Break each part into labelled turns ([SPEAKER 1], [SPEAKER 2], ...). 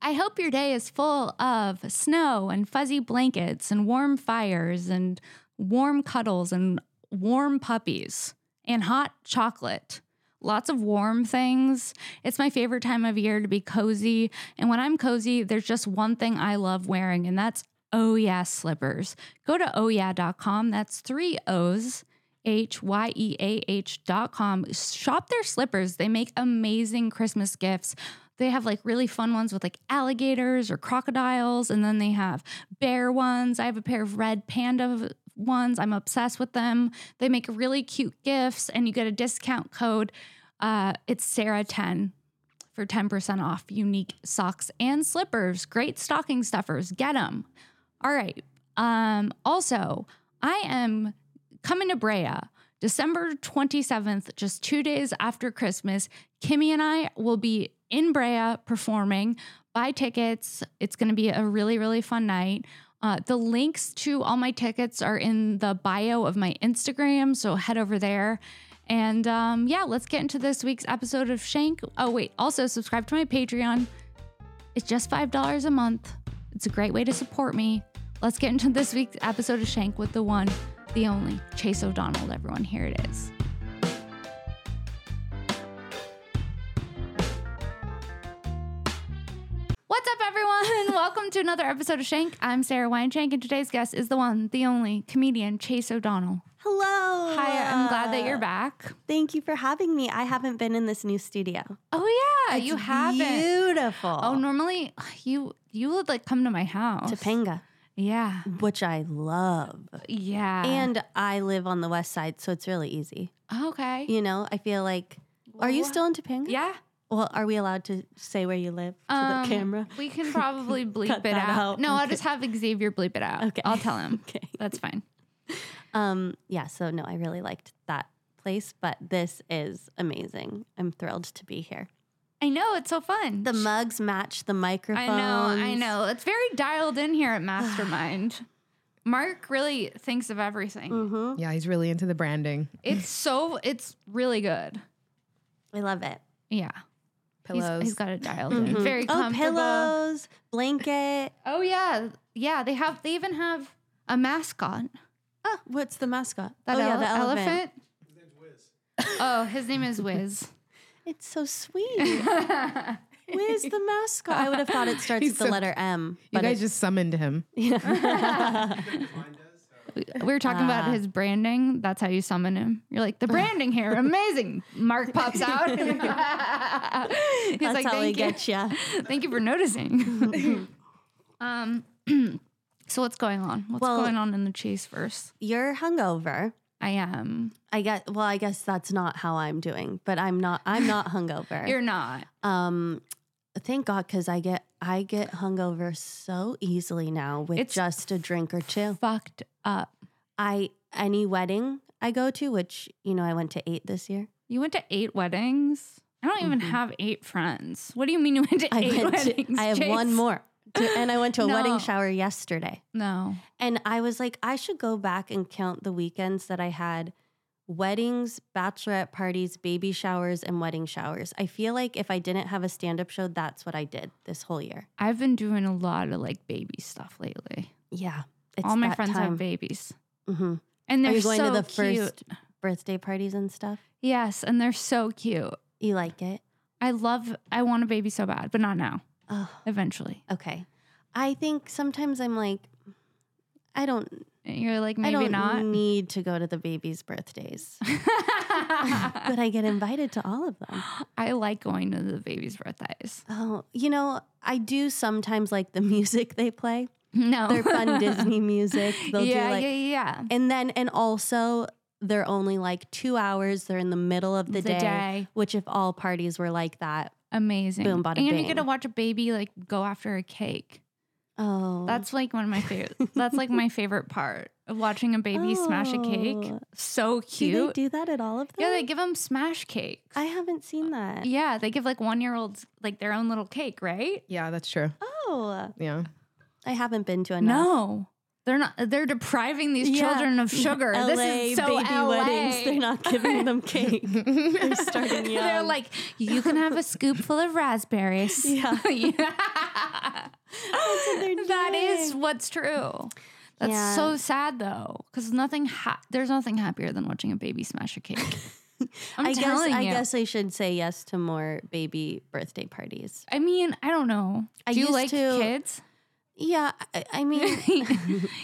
[SPEAKER 1] I hope your day is full of snow and fuzzy blankets and warm fires and warm cuddles and warm puppies and hot chocolate. Lots of warm things. It's my favorite time of year to be cozy. And when I'm cozy, there's just one thing I love wearing, and that's Oh Yeah slippers. Go to Oh ohyeah.com. That's three O's. H Y E A H dot com. Shop their slippers. They make amazing Christmas gifts. They have like really fun ones with like alligators or crocodiles, and then they have bear ones. I have a pair of red panda ones. I'm obsessed with them. They make really cute gifts, and you get a discount code. Uh, it's Sarah 10 for 10% off unique socks and slippers. Great stocking stuffers. Get them. All right. Um, also, I am coming to Brea December 27th, just two days after Christmas. Kimmy and I will be in Brea performing. Buy tickets. It's going to be a really, really fun night. Uh, the links to all my tickets are in the bio of my Instagram, so head over there. And um, yeah, let's get into this week's episode of Shank. Oh, wait, also subscribe to my Patreon. It's just $5 a month. It's a great way to support me. Let's get into this week's episode of Shank with the one, the only Chase O'Donnell, everyone. Here it is. What's up, everyone? Welcome to another episode of Shank. I'm Sarah Wineshank, and today's guest is the one, the only comedian, Chase O'Donnell.
[SPEAKER 2] Hello. uh,
[SPEAKER 1] Hi, I'm glad that you're back.
[SPEAKER 2] Thank you for having me. I haven't been in this new studio.
[SPEAKER 1] Oh yeah, you haven't.
[SPEAKER 2] Beautiful.
[SPEAKER 1] Oh, normally you you would like come to my house.
[SPEAKER 2] Topanga,
[SPEAKER 1] Yeah,
[SPEAKER 2] which I love.
[SPEAKER 1] yeah.
[SPEAKER 2] And I live on the west side, so it's really easy.
[SPEAKER 1] okay,
[SPEAKER 2] You know, I feel like. Are you still in Topanga?
[SPEAKER 1] yeah.
[SPEAKER 2] Well, are we allowed to say where you live to
[SPEAKER 1] Um,
[SPEAKER 2] the camera?
[SPEAKER 1] We can probably bleep it
[SPEAKER 2] that
[SPEAKER 1] out.
[SPEAKER 2] out.
[SPEAKER 1] No, I'll just have Xavier bleep it out.
[SPEAKER 2] Okay.
[SPEAKER 1] I'll tell him.
[SPEAKER 2] Okay.
[SPEAKER 1] that's fine.
[SPEAKER 2] Um, yeah, so no, I really liked that place, but this is amazing. I'm thrilled to be here.
[SPEAKER 1] I know it's so fun.
[SPEAKER 2] The mugs match the microphones.
[SPEAKER 1] I know, I know. It's very dialed in here at Mastermind. Mark really thinks of everything.
[SPEAKER 2] Mm. Mm-hmm.
[SPEAKER 3] Yeah, he's really into the branding.
[SPEAKER 1] It's so it's really good.
[SPEAKER 2] I love it.
[SPEAKER 1] Yeah. He's-
[SPEAKER 3] Pillows.
[SPEAKER 1] he's got it dialed in. Very
[SPEAKER 2] Oh,
[SPEAKER 1] comfortable.
[SPEAKER 2] pillows, blanket.
[SPEAKER 1] Oh yeah, yeah. They have. They even have a mascot.
[SPEAKER 2] Oh, what's the mascot?
[SPEAKER 1] That
[SPEAKER 2] oh, yeah,
[SPEAKER 1] ele-
[SPEAKER 2] the elephant.
[SPEAKER 1] Oh, his name is Wiz.
[SPEAKER 2] It's so sweet. Where's the mascot? I would have thought it starts
[SPEAKER 3] He's
[SPEAKER 2] with the
[SPEAKER 3] so-
[SPEAKER 2] letter M.
[SPEAKER 3] you
[SPEAKER 2] But
[SPEAKER 3] guys
[SPEAKER 2] it's
[SPEAKER 3] just summoned him.
[SPEAKER 1] we were talking
[SPEAKER 2] Ah.
[SPEAKER 1] about his branding. That's how you summon him. You're like the branding here, amazing. Mark pops out. He's
[SPEAKER 2] that's
[SPEAKER 1] like,
[SPEAKER 2] how we
[SPEAKER 1] thank you,
[SPEAKER 2] get you.
[SPEAKER 1] thank you for noticing. um, so what's going on? What's
[SPEAKER 2] Well-
[SPEAKER 1] going on in the chase verse?
[SPEAKER 2] You're hungover.
[SPEAKER 1] I am.
[SPEAKER 2] I guess. Well, I guess that's not how I'm doing, but I'm not. I'm not hungover.
[SPEAKER 1] You're not.
[SPEAKER 2] um, thank God, because I get I get hungover so easily now with
[SPEAKER 1] It's-
[SPEAKER 2] just a drink or two.
[SPEAKER 1] Fucked up.
[SPEAKER 2] I any wedding I go to, which you know I went to eight this year.
[SPEAKER 1] You went to eight weddings. I don't even have eight friends. What do you mean you went to
[SPEAKER 2] Mm-hmm. I
[SPEAKER 1] eight
[SPEAKER 2] went
[SPEAKER 1] weddings?
[SPEAKER 2] to. I have
[SPEAKER 1] Chase?
[SPEAKER 2] one more, to, and I went to a
[SPEAKER 1] No.
[SPEAKER 2] wedding shower yesterday.
[SPEAKER 1] No.
[SPEAKER 2] And I was like, I should go back and count the weekends that I had weddings, bachelorette parties, baby showers, and wedding showers. I feel like if I didn't have a stand up show, that's what I did this whole year.
[SPEAKER 1] I've been doing a lot of like baby stuff lately.
[SPEAKER 2] Yeah. It's
[SPEAKER 1] All my
[SPEAKER 2] that
[SPEAKER 1] friends
[SPEAKER 2] time.
[SPEAKER 1] have babies.
[SPEAKER 2] Mhm.
[SPEAKER 1] And they're
[SPEAKER 2] Are you going
[SPEAKER 1] so
[SPEAKER 2] to the
[SPEAKER 1] cute.
[SPEAKER 2] first birthday parties and stuff?
[SPEAKER 1] Yes, and they're so cute.
[SPEAKER 2] You like it?
[SPEAKER 1] I love I want a baby so bad, but not now.
[SPEAKER 2] Oh,
[SPEAKER 1] Eventually.
[SPEAKER 2] okay. I think sometimes I'm like, I don't,
[SPEAKER 1] You're like
[SPEAKER 2] I
[SPEAKER 1] maybe
[SPEAKER 2] don't
[SPEAKER 1] not.
[SPEAKER 2] need to go to the baby's birthdays, but I get invited to all of them.
[SPEAKER 1] um, I like going to the baby's birthdays.
[SPEAKER 2] Oh, you know, I do sometimes like the music they play.
[SPEAKER 1] No.
[SPEAKER 2] Their fun Disney music. They'll
[SPEAKER 1] yeah,
[SPEAKER 2] do like
[SPEAKER 1] yeah, yeah.
[SPEAKER 2] and then and also they're only like two hours. They're in the middle of the,
[SPEAKER 1] The
[SPEAKER 2] day,
[SPEAKER 1] day.
[SPEAKER 2] Which if all parties were like that,
[SPEAKER 1] Amazing.
[SPEAKER 2] Boom, bada,
[SPEAKER 1] and you get
[SPEAKER 2] bing.
[SPEAKER 1] to watch a baby like go after a cake.
[SPEAKER 2] oh
[SPEAKER 1] That's like one of my favorite. that's like my favorite part of watching a baby smash a cake.
[SPEAKER 2] Oh.
[SPEAKER 1] So cute.
[SPEAKER 2] do they do that at all of them?
[SPEAKER 1] yeah, they give them smash cakes.
[SPEAKER 2] I haven't seen that.
[SPEAKER 1] yeah, they give like one year olds like their own little cake, right?
[SPEAKER 3] Yeah, that's true.
[SPEAKER 2] Oh.
[SPEAKER 3] Yeah.
[SPEAKER 2] I haven't been
[SPEAKER 1] No.
[SPEAKER 2] to enough.
[SPEAKER 1] They're not. They're depriving these
[SPEAKER 2] Yeah.
[SPEAKER 1] children of sugar.
[SPEAKER 2] LA
[SPEAKER 1] this is so
[SPEAKER 2] baby
[SPEAKER 1] LA.
[SPEAKER 2] weddings. They're not giving them cake. they're starting young.
[SPEAKER 1] They're like, you can have a scoop full of raspberries.
[SPEAKER 2] Yeah.
[SPEAKER 1] Yeah.
[SPEAKER 2] what they're
[SPEAKER 1] That is
[SPEAKER 2] doing.
[SPEAKER 1] what's true. That's
[SPEAKER 2] Yeah.
[SPEAKER 1] so sad though, because nothing ha- there's nothing happier than watching a baby smash a cake. I'm
[SPEAKER 2] I guess
[SPEAKER 1] telling
[SPEAKER 2] I
[SPEAKER 1] you.
[SPEAKER 2] guess I should say yes to more baby birthday parties.
[SPEAKER 1] I mean, I don't know.
[SPEAKER 2] I
[SPEAKER 1] Do you
[SPEAKER 2] used
[SPEAKER 1] like
[SPEAKER 2] to-
[SPEAKER 1] kids?
[SPEAKER 2] Yeah, I, I mean,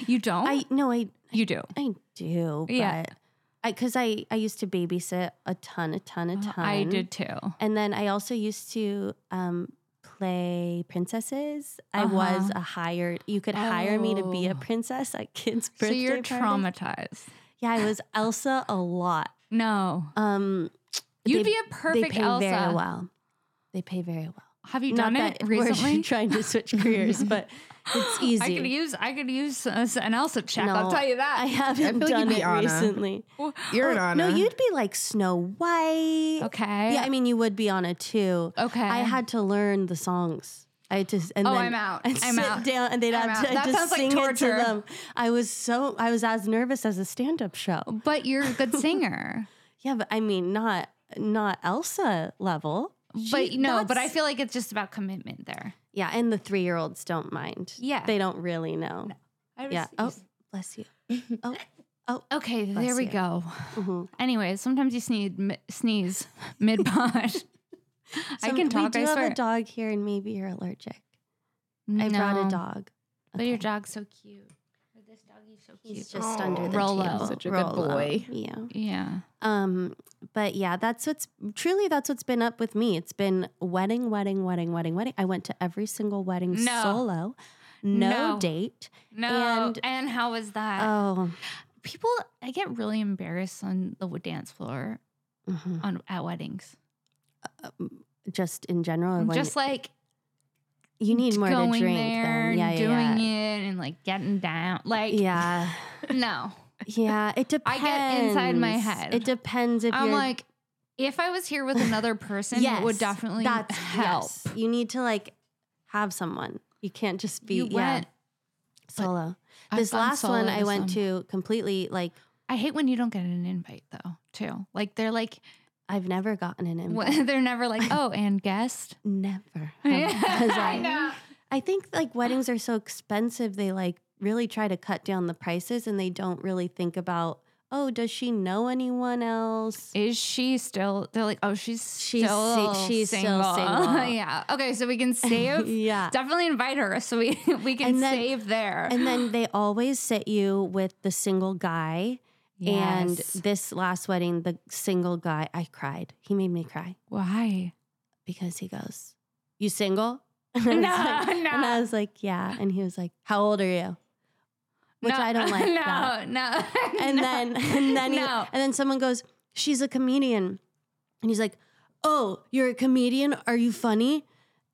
[SPEAKER 1] you don't.
[SPEAKER 2] I no, I
[SPEAKER 1] you do.
[SPEAKER 2] I do, but
[SPEAKER 1] Yeah.
[SPEAKER 2] I because I I used to babysit a ton, a ton, a ton.
[SPEAKER 1] I did too.
[SPEAKER 2] and then I also used to um, play princesses. I was
[SPEAKER 1] Uh-huh.
[SPEAKER 2] a hired. You could hire me to be a
[SPEAKER 1] Oh.
[SPEAKER 2] princess at kids'
[SPEAKER 1] So
[SPEAKER 2] birthday
[SPEAKER 1] you're
[SPEAKER 2] parties.
[SPEAKER 1] traumatized.
[SPEAKER 2] Yeah, I was Elsa a lot.
[SPEAKER 1] No,
[SPEAKER 2] Um,
[SPEAKER 1] you'd
[SPEAKER 2] they-
[SPEAKER 1] be a
[SPEAKER 2] they
[SPEAKER 1] perfect
[SPEAKER 2] pay
[SPEAKER 1] Elsa.
[SPEAKER 2] very well. They pay very well.
[SPEAKER 1] Have you
[SPEAKER 2] Not
[SPEAKER 1] done
[SPEAKER 2] that
[SPEAKER 1] it
[SPEAKER 2] we're
[SPEAKER 1] recently?
[SPEAKER 2] trying to switch careers, but it's easy.
[SPEAKER 1] I could use I could use uh, an Elsa check. I'll
[SPEAKER 2] No,
[SPEAKER 1] tell you
[SPEAKER 2] I
[SPEAKER 1] that.
[SPEAKER 2] haven't
[SPEAKER 3] feel like
[SPEAKER 2] done
[SPEAKER 3] you'd be
[SPEAKER 2] it
[SPEAKER 3] Anna.
[SPEAKER 2] recently.
[SPEAKER 3] You're an
[SPEAKER 2] Oh,
[SPEAKER 3] Anna.
[SPEAKER 2] No, you'd be like Snow White.
[SPEAKER 1] okay.
[SPEAKER 2] Yeah, I mean, you would be Anna too.
[SPEAKER 1] okay.
[SPEAKER 2] I had to learn the songs. I had to. And
[SPEAKER 1] Oh,
[SPEAKER 2] then
[SPEAKER 1] I'm out.
[SPEAKER 2] I'd
[SPEAKER 1] I'm
[SPEAKER 2] sit
[SPEAKER 1] out.
[SPEAKER 2] down, and they'd
[SPEAKER 1] I'm
[SPEAKER 2] have
[SPEAKER 1] out.
[SPEAKER 2] to
[SPEAKER 1] That
[SPEAKER 2] I'd just
[SPEAKER 1] sounds like
[SPEAKER 2] sing
[SPEAKER 1] torture.
[SPEAKER 2] it to them. I was so I was as nervous as a stand-up show.
[SPEAKER 1] but you're a good singer.
[SPEAKER 2] Yeah, but I mean, not not Elsa level.
[SPEAKER 1] but
[SPEAKER 2] She-
[SPEAKER 1] no, but I
[SPEAKER 2] that's-
[SPEAKER 1] feel like it's just about commitment there.
[SPEAKER 2] yeah, and the three-year-olds don't mind.
[SPEAKER 1] Yeah.
[SPEAKER 2] they don't really know.
[SPEAKER 1] I
[SPEAKER 2] Yeah.
[SPEAKER 1] was-
[SPEAKER 2] Oh, bless you. Oh,
[SPEAKER 1] Okay,
[SPEAKER 2] Bless
[SPEAKER 1] there we
[SPEAKER 2] you.
[SPEAKER 1] go.
[SPEAKER 2] mhm.
[SPEAKER 1] Anyways, sometimes you sneeze, mi- sneeze mid pod. I
[SPEAKER 2] So
[SPEAKER 1] can
[SPEAKER 2] We
[SPEAKER 1] talk.
[SPEAKER 2] do
[SPEAKER 1] I
[SPEAKER 2] have
[SPEAKER 1] swear.
[SPEAKER 2] a dog here, and maybe you're allergic. I brought
[SPEAKER 1] No,
[SPEAKER 2] a dog.
[SPEAKER 1] But your
[SPEAKER 2] Okay.
[SPEAKER 1] dog's so cute. Or This doggie's so cute.
[SPEAKER 2] He's just under the
[SPEAKER 1] Rolo.
[SPEAKER 2] table.
[SPEAKER 1] Such
[SPEAKER 3] a good boy.
[SPEAKER 2] Yeah.
[SPEAKER 1] yeah.
[SPEAKER 2] Um, but yeah, that's what's truly that's what's been up with me. It's been wedding, wedding, wedding, wedding, wedding. I went to every single wedding
[SPEAKER 1] No.
[SPEAKER 2] solo, no,
[SPEAKER 1] No.
[SPEAKER 2] date.
[SPEAKER 1] No. And,
[SPEAKER 2] And-
[SPEAKER 1] how was that?
[SPEAKER 2] Oh,
[SPEAKER 1] People, I get really embarrassed on the w- dance floor
[SPEAKER 2] mhm.
[SPEAKER 1] on at weddings.
[SPEAKER 2] just in general, or when
[SPEAKER 1] Just like
[SPEAKER 2] you need more
[SPEAKER 1] going
[SPEAKER 2] to drink.
[SPEAKER 1] there
[SPEAKER 2] than, yeah,
[SPEAKER 1] and
[SPEAKER 2] yeah,
[SPEAKER 1] doing it and like getting down. Like,
[SPEAKER 2] yeah.
[SPEAKER 1] no.
[SPEAKER 2] yeah, It depends.
[SPEAKER 1] I get inside my head.
[SPEAKER 2] It depends if
[SPEAKER 1] I'm
[SPEAKER 2] you're
[SPEAKER 1] like, if I was here with another person, it would
[SPEAKER 2] Yes,
[SPEAKER 1] definitely
[SPEAKER 2] that's
[SPEAKER 1] help.
[SPEAKER 2] yes. You need to like have someone. You can't just be
[SPEAKER 1] You
[SPEAKER 2] yeah,
[SPEAKER 1] went-
[SPEAKER 2] solo.
[SPEAKER 1] I've
[SPEAKER 2] This
[SPEAKER 1] gone
[SPEAKER 2] last
[SPEAKER 1] solo
[SPEAKER 2] one I went
[SPEAKER 1] some.
[SPEAKER 2] to completely like
[SPEAKER 1] I hate when you don't get an invite though, too. Like they're like,
[SPEAKER 2] I've never gotten an invite.
[SPEAKER 1] wh- they're never like, oh, and guest.
[SPEAKER 2] Never. have- has I,
[SPEAKER 1] I know.
[SPEAKER 2] I think like weddings are so expensive. They like really try to cut down the prices and they don't really think about, oh, does she know anyone else?
[SPEAKER 1] Is she still? They're like, oh, she's
[SPEAKER 2] She's
[SPEAKER 1] still
[SPEAKER 2] si- she's
[SPEAKER 1] single.
[SPEAKER 2] still single.
[SPEAKER 1] yeah. Okay, so we can save.
[SPEAKER 2] yeah.
[SPEAKER 1] Definitely invite her so we we can
[SPEAKER 2] And then-
[SPEAKER 1] save there.
[SPEAKER 2] And then they always sit you with the single guy.
[SPEAKER 1] Yes.
[SPEAKER 2] And this last wedding, the single guy, I cried. He made me cry
[SPEAKER 1] why?
[SPEAKER 2] because he goes, You single? And
[SPEAKER 1] No,
[SPEAKER 2] I was like-
[SPEAKER 1] no.
[SPEAKER 2] And I was like, Yeah. And he was like, How old are you? Which
[SPEAKER 1] No,
[SPEAKER 2] I don't like.
[SPEAKER 1] No,
[SPEAKER 2] that.
[SPEAKER 1] no.
[SPEAKER 2] and
[SPEAKER 1] no.
[SPEAKER 2] then and then he,
[SPEAKER 1] No.
[SPEAKER 2] and then someone goes, "She's a comedian," and he's like, "Oh, you're a comedian? Are you funny?"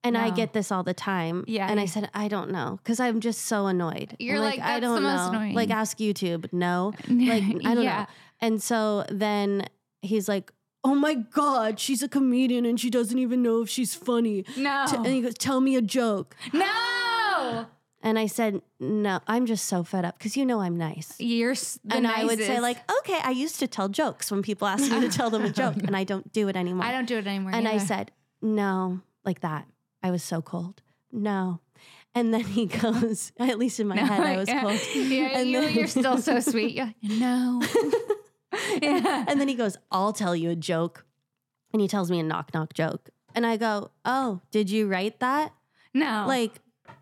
[SPEAKER 2] And I
[SPEAKER 1] No.
[SPEAKER 2] get this all the time.
[SPEAKER 1] Yeah,
[SPEAKER 2] And I
[SPEAKER 1] you-
[SPEAKER 2] said, I don't know, because I'm just so annoyed.
[SPEAKER 1] You're like,
[SPEAKER 2] I
[SPEAKER 1] "That's the
[SPEAKER 2] don't
[SPEAKER 1] most
[SPEAKER 2] know.
[SPEAKER 1] annoying."
[SPEAKER 2] Like, ask YouTube. No. Like, I don't know. And so then he's like, Oh my God, she's a comedian and she doesn't even know if she's funny. T-
[SPEAKER 1] No.
[SPEAKER 2] and he goes, Tell me a joke.
[SPEAKER 1] no.
[SPEAKER 2] And I said, No, I'm just so fed up because you know I'm nice
[SPEAKER 1] You're s- the
[SPEAKER 2] and I would say
[SPEAKER 1] nicest.
[SPEAKER 2] like, okay, I used to tell jokes when people asked me to tell them a joke, and I don't do it anymore.
[SPEAKER 1] I don't do it anymore.
[SPEAKER 2] and I
[SPEAKER 1] either.
[SPEAKER 2] said, no, like that. I was so cold. No. And then he goes, at least in my head, I was
[SPEAKER 1] yeah.
[SPEAKER 2] cold.
[SPEAKER 1] Yeah,
[SPEAKER 2] And
[SPEAKER 1] you,
[SPEAKER 2] then-
[SPEAKER 1] you're still so sweet. You're like, no. yeah.
[SPEAKER 2] And then he goes, I'll tell you a joke. And he tells me a knock knock joke. And I go, oh, did you write that?
[SPEAKER 1] No.
[SPEAKER 2] Like,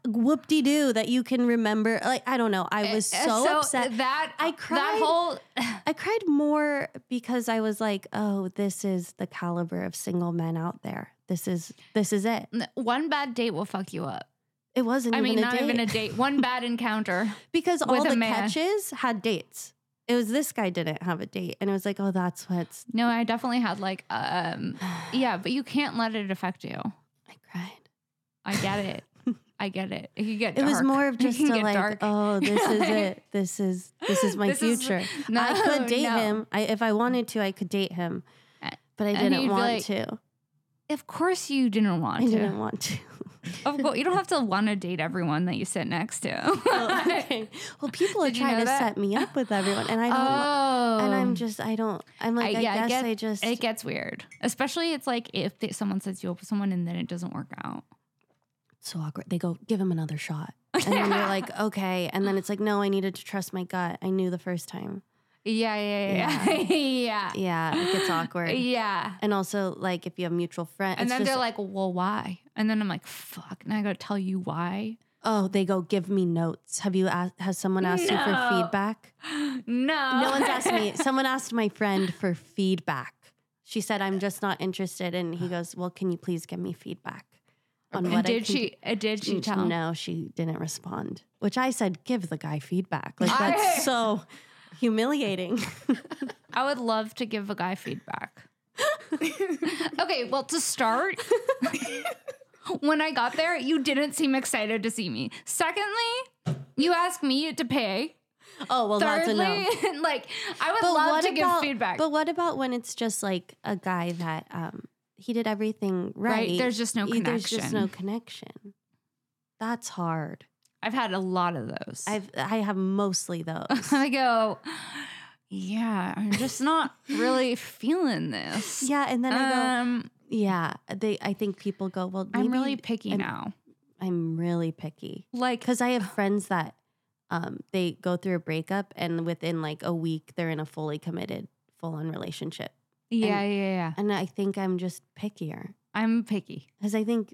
[SPEAKER 2] whoop de doo that you can remember. Like, I don't know. I was
[SPEAKER 1] Uh,
[SPEAKER 2] so, upset.
[SPEAKER 1] that
[SPEAKER 2] I
[SPEAKER 1] That
[SPEAKER 2] cried.
[SPEAKER 1] whole
[SPEAKER 2] I cried more because I was like, "Oh, this is the caliber of single men out there. This is this is it."
[SPEAKER 1] one bad date will fuck you up.
[SPEAKER 2] It wasn't.
[SPEAKER 1] Mm. I mean,
[SPEAKER 2] even
[SPEAKER 1] not
[SPEAKER 2] a date.
[SPEAKER 1] even a date. One bad encounter.
[SPEAKER 2] because all
[SPEAKER 1] with a
[SPEAKER 2] the
[SPEAKER 1] man.
[SPEAKER 2] catches had dates. It was this guy didn't have a date, and it was like, "Oh, that's what's."
[SPEAKER 1] No, I definitely had like, um,
[SPEAKER 2] I
[SPEAKER 1] yeah, but you can't let it affect you.
[SPEAKER 2] cried.
[SPEAKER 1] I get it. I get it. It could get.
[SPEAKER 2] It was
[SPEAKER 1] dark.
[SPEAKER 2] more of
[SPEAKER 1] It
[SPEAKER 2] just
[SPEAKER 1] can
[SPEAKER 2] a
[SPEAKER 1] get
[SPEAKER 2] like,
[SPEAKER 1] dark.
[SPEAKER 2] "Oh, this is it. This is this is my
[SPEAKER 1] This is-
[SPEAKER 2] future."
[SPEAKER 1] No,
[SPEAKER 2] I could date
[SPEAKER 1] no.
[SPEAKER 2] him. I, if I wanted to, I could date him,
[SPEAKER 1] A-
[SPEAKER 2] but I
[SPEAKER 1] and you'd
[SPEAKER 2] didn't
[SPEAKER 1] be
[SPEAKER 2] want
[SPEAKER 1] like,
[SPEAKER 2] to.
[SPEAKER 1] Of course, you didn't
[SPEAKER 2] I
[SPEAKER 1] want
[SPEAKER 2] didn't
[SPEAKER 1] to.
[SPEAKER 2] want to.
[SPEAKER 1] Of course, you don't have to want to date everyone that you sit next to.
[SPEAKER 2] Oh, okay. Well, people are
[SPEAKER 1] Did you
[SPEAKER 2] trying
[SPEAKER 1] know
[SPEAKER 2] to
[SPEAKER 1] that?
[SPEAKER 2] set me up with everyone, and I don't.
[SPEAKER 1] oh,
[SPEAKER 2] and I'm just I don't I'm like I,
[SPEAKER 1] yeah, I
[SPEAKER 2] guess
[SPEAKER 1] get-
[SPEAKER 2] I just
[SPEAKER 1] It gets weird, especially it's like if they, someone sets you up with someone and then it doesn't work out.
[SPEAKER 2] so awkward. They go, give him another shot. And then you're like, okay. And then it's like, no, I needed to trust my gut. I knew the first time.
[SPEAKER 1] Yeah, yeah, yeah, yeah. yeah.
[SPEAKER 2] Yeah, it gets awkward.
[SPEAKER 1] Yeah.
[SPEAKER 2] And also, like, if you have mutual friends,
[SPEAKER 1] And
[SPEAKER 2] it's
[SPEAKER 1] then
[SPEAKER 2] just,
[SPEAKER 1] they're like, well, why? And then I'm like, fuck. And I gotta tell you why.
[SPEAKER 2] oh, they go, give me notes. Have you asked, has someone asked you for
[SPEAKER 1] No.
[SPEAKER 2] feedback?
[SPEAKER 1] no.
[SPEAKER 2] No one's asked me. Someone asked my friend for feedback. She said, I'm just not interested. And he goes, well, can you please give me feedback on
[SPEAKER 1] And
[SPEAKER 2] what I
[SPEAKER 1] did
[SPEAKER 2] can
[SPEAKER 1] she? uh, did she
[SPEAKER 2] Mm,
[SPEAKER 1] tell?
[SPEAKER 2] No, she didn't respond. Which I said, give the guy feedback. Like
[SPEAKER 1] I-
[SPEAKER 2] that's so humiliating.
[SPEAKER 1] I would love to give a guy feedback. okay, well, to start, when I got there, you didn't seem excited to see me. Secondly, you asked me to pay.
[SPEAKER 2] oh well, that's a
[SPEAKER 1] Thirdly,
[SPEAKER 2] no.
[SPEAKER 1] like I would love to
[SPEAKER 2] about,
[SPEAKER 1] give feedback.
[SPEAKER 2] But what about when it's just like a guy that um he did everything right?
[SPEAKER 1] There's just no
[SPEAKER 2] Y- There's just
[SPEAKER 1] connection.
[SPEAKER 2] no connection. That's hard.
[SPEAKER 1] I've had a lot of those.
[SPEAKER 2] I've I have mostly those.
[SPEAKER 1] I go, yeah, I'm just not really feeling this.
[SPEAKER 2] yeah, and then I go,
[SPEAKER 1] um,
[SPEAKER 2] yeah. They I think people go, well, maybe
[SPEAKER 1] I'm really picky
[SPEAKER 2] I'm-
[SPEAKER 1] now.
[SPEAKER 2] I'm really picky.
[SPEAKER 1] Like,
[SPEAKER 2] because I have friends that um, they go through a breakup and within like a week they're in a fully committed, full on relationship.
[SPEAKER 1] yeah, yeah, yeah.
[SPEAKER 2] And I think I'm just pickier
[SPEAKER 1] I'm picky.
[SPEAKER 2] because I think